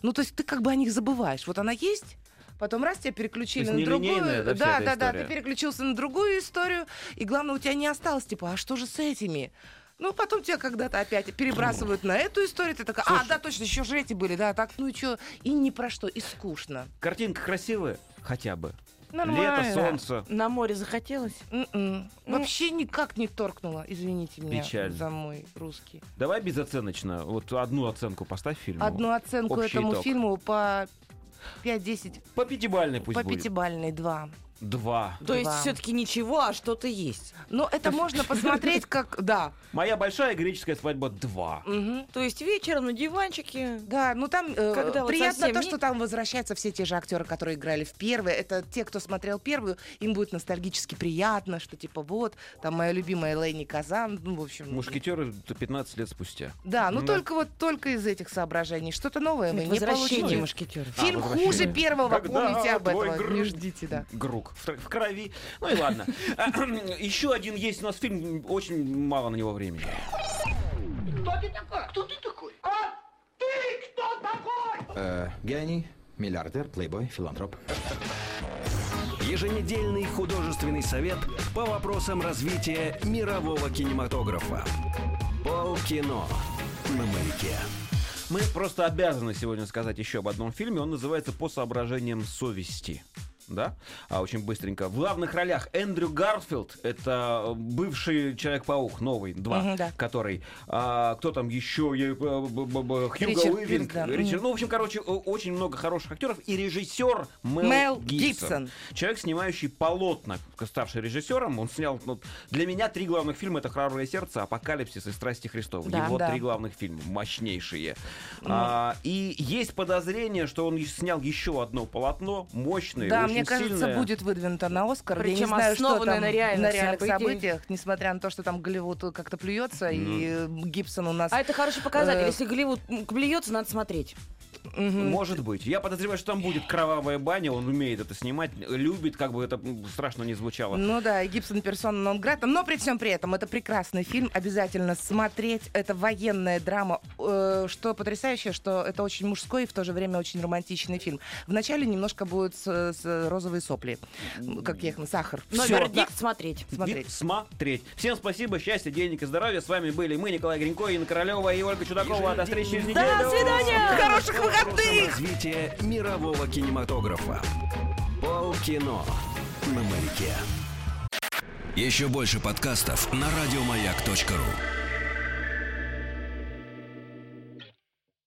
E: Ну то есть ты как бы о них забываешь. Вот она есть. Потом раз тебя переключили
D: То
E: на
D: есть нелинейная,
E: другую.
D: да, вся
E: да,
D: эта
E: да, да, ты
D: история?
E: переключился на другую историю, и главное, у тебя не осталось, типа, а что же с этими? Ну, потом тебя когда-то опять перебрасывают на эту историю, ты такая, а, да, точно, еще же эти были, да, так, ну и что, и ни про что, и скучно.
D: Картинка красивая хотя бы.
E: Нормально.
D: Лето, солнце.
O: На море захотелось?
E: М-м. Вообще никак не торкнуло, извините меня
D: Печально.
E: за мой русский.
D: Давай безоценочно. Вот одну оценку поставь фильму.
E: Одну оценку
D: Ну, Общий
E: этому
D: итог.
E: фильму по 5-10,
D: По пятибалльной пусть
E: по
D: будет.
E: пятибалльной 2.
D: Два.
E: То есть Два.
O: все-таки ничего, а что-то есть.
E: Но это можно посмотреть как... Да.
D: Моя большая греческая свадьба два.
O: То есть вечером на диванчике.
E: Да, ну там э,
F: Когда вот
E: приятно
F: совсем
E: то,
F: не-
E: что там возвращаются все те же актеры, которые играли в первые. Это те, кто смотрел первую, им будет ностальгически приятно, что типа вот, там моя любимая Лэйни Казан, ну, в общем...
D: Мушкетеры 15 лет спустя.
E: Да, ну только вот только из этих соображений. Что-то новое мы не
O: Возвращение
E: получили.
O: мушкетеров.
D: А,
E: Фильм
D: «Возвращение».
E: хуже первого,
D: Когда
E: помните об
D: твой
E: этом.
D: гру-
E: Не ждите, да.
D: Грук в, в крови. Ну и ладно. Еще один есть у нас фильм, очень мало на него времени.
B: Кто ты такой? Кто ты такой? А ты кто такой?
C: Э, гений, миллиардер, плейбой, филантроп.
A: Еженедельный художественный совет по вопросам развития мирового кинематографа. Полкино на маяке.
D: Мы просто обязаны сегодня сказать еще об одном фильме. Он называется «По соображениям совести». Да? А очень быстренько. В главных ролях Эндрю Гарфилд, это э, бывший Человек-паук, новый, два,
E: Мгм, да.
D: который... а, кто там еще? Я, э, б- б- б- Хьюго
E: Ричард
D: Уивинг,
E: Пирс, да.
D: Ричард-
E: Мгм.
D: Ну, в общем, короче, о- очень много хороших актеров. И режиссер Мел,
E: Мел
D: Гибсон.
E: Гибсон.
D: Человек, снимающий полотна, ставший режиссером. Он снял... ну, для меня три главных фильма — это «Храброе сердце», «Апокалипсис» и «Страсти Христовы».
E: Да,
D: Его
E: да. Ну.
D: три главных фильма, мощнейшие. А, и есть подозрение, что он и снял еще одно полотно, мощное,
E: Да,
D: очень
E: мне мне кажется,
D: сильная.
E: будет выдвинута на Оскар. Я не
O: Причем
E: знаю, что
O: основанная
E: там
O: на реальных событиях.
E: событиях, несмотря на то, что там Голливуд как-то плюется, и э,
D: Ну.
E: Гибсон у нас...
O: А это хороший показатель.
E: э,
O: Если Голливуд м, плюется, надо смотреть.
D: Может быть. Я подозреваю, что там будет кровавая баня, он умеет это снимать, любит, как бы это м, страшно не звучало.
E: Ну да, и Гибсон персона нон грата. Но при всем при этом, это прекрасный фильм, обязательно смотреть. Это военная драма. Э, Что потрясающе, что это очень мужской и в то же время очень романтичный фильм. Вначале немножко будут с- с- розовые сопли, Ну, как я их на сахар.
O: Но
E: Всё,
O: вердикт смотреть.
D: Ви- Смотреть. Всем спасибо, счастья, денег и здоровья. С вами были мы, Николай Гринько, Инна Королева и Ольга Чудакова. До встречи через неделю.
E: Хороших
A: выходных! Развитие мирового кинематографа. Полкино на маяке. Еще больше подкастов на радиомаяк.ру.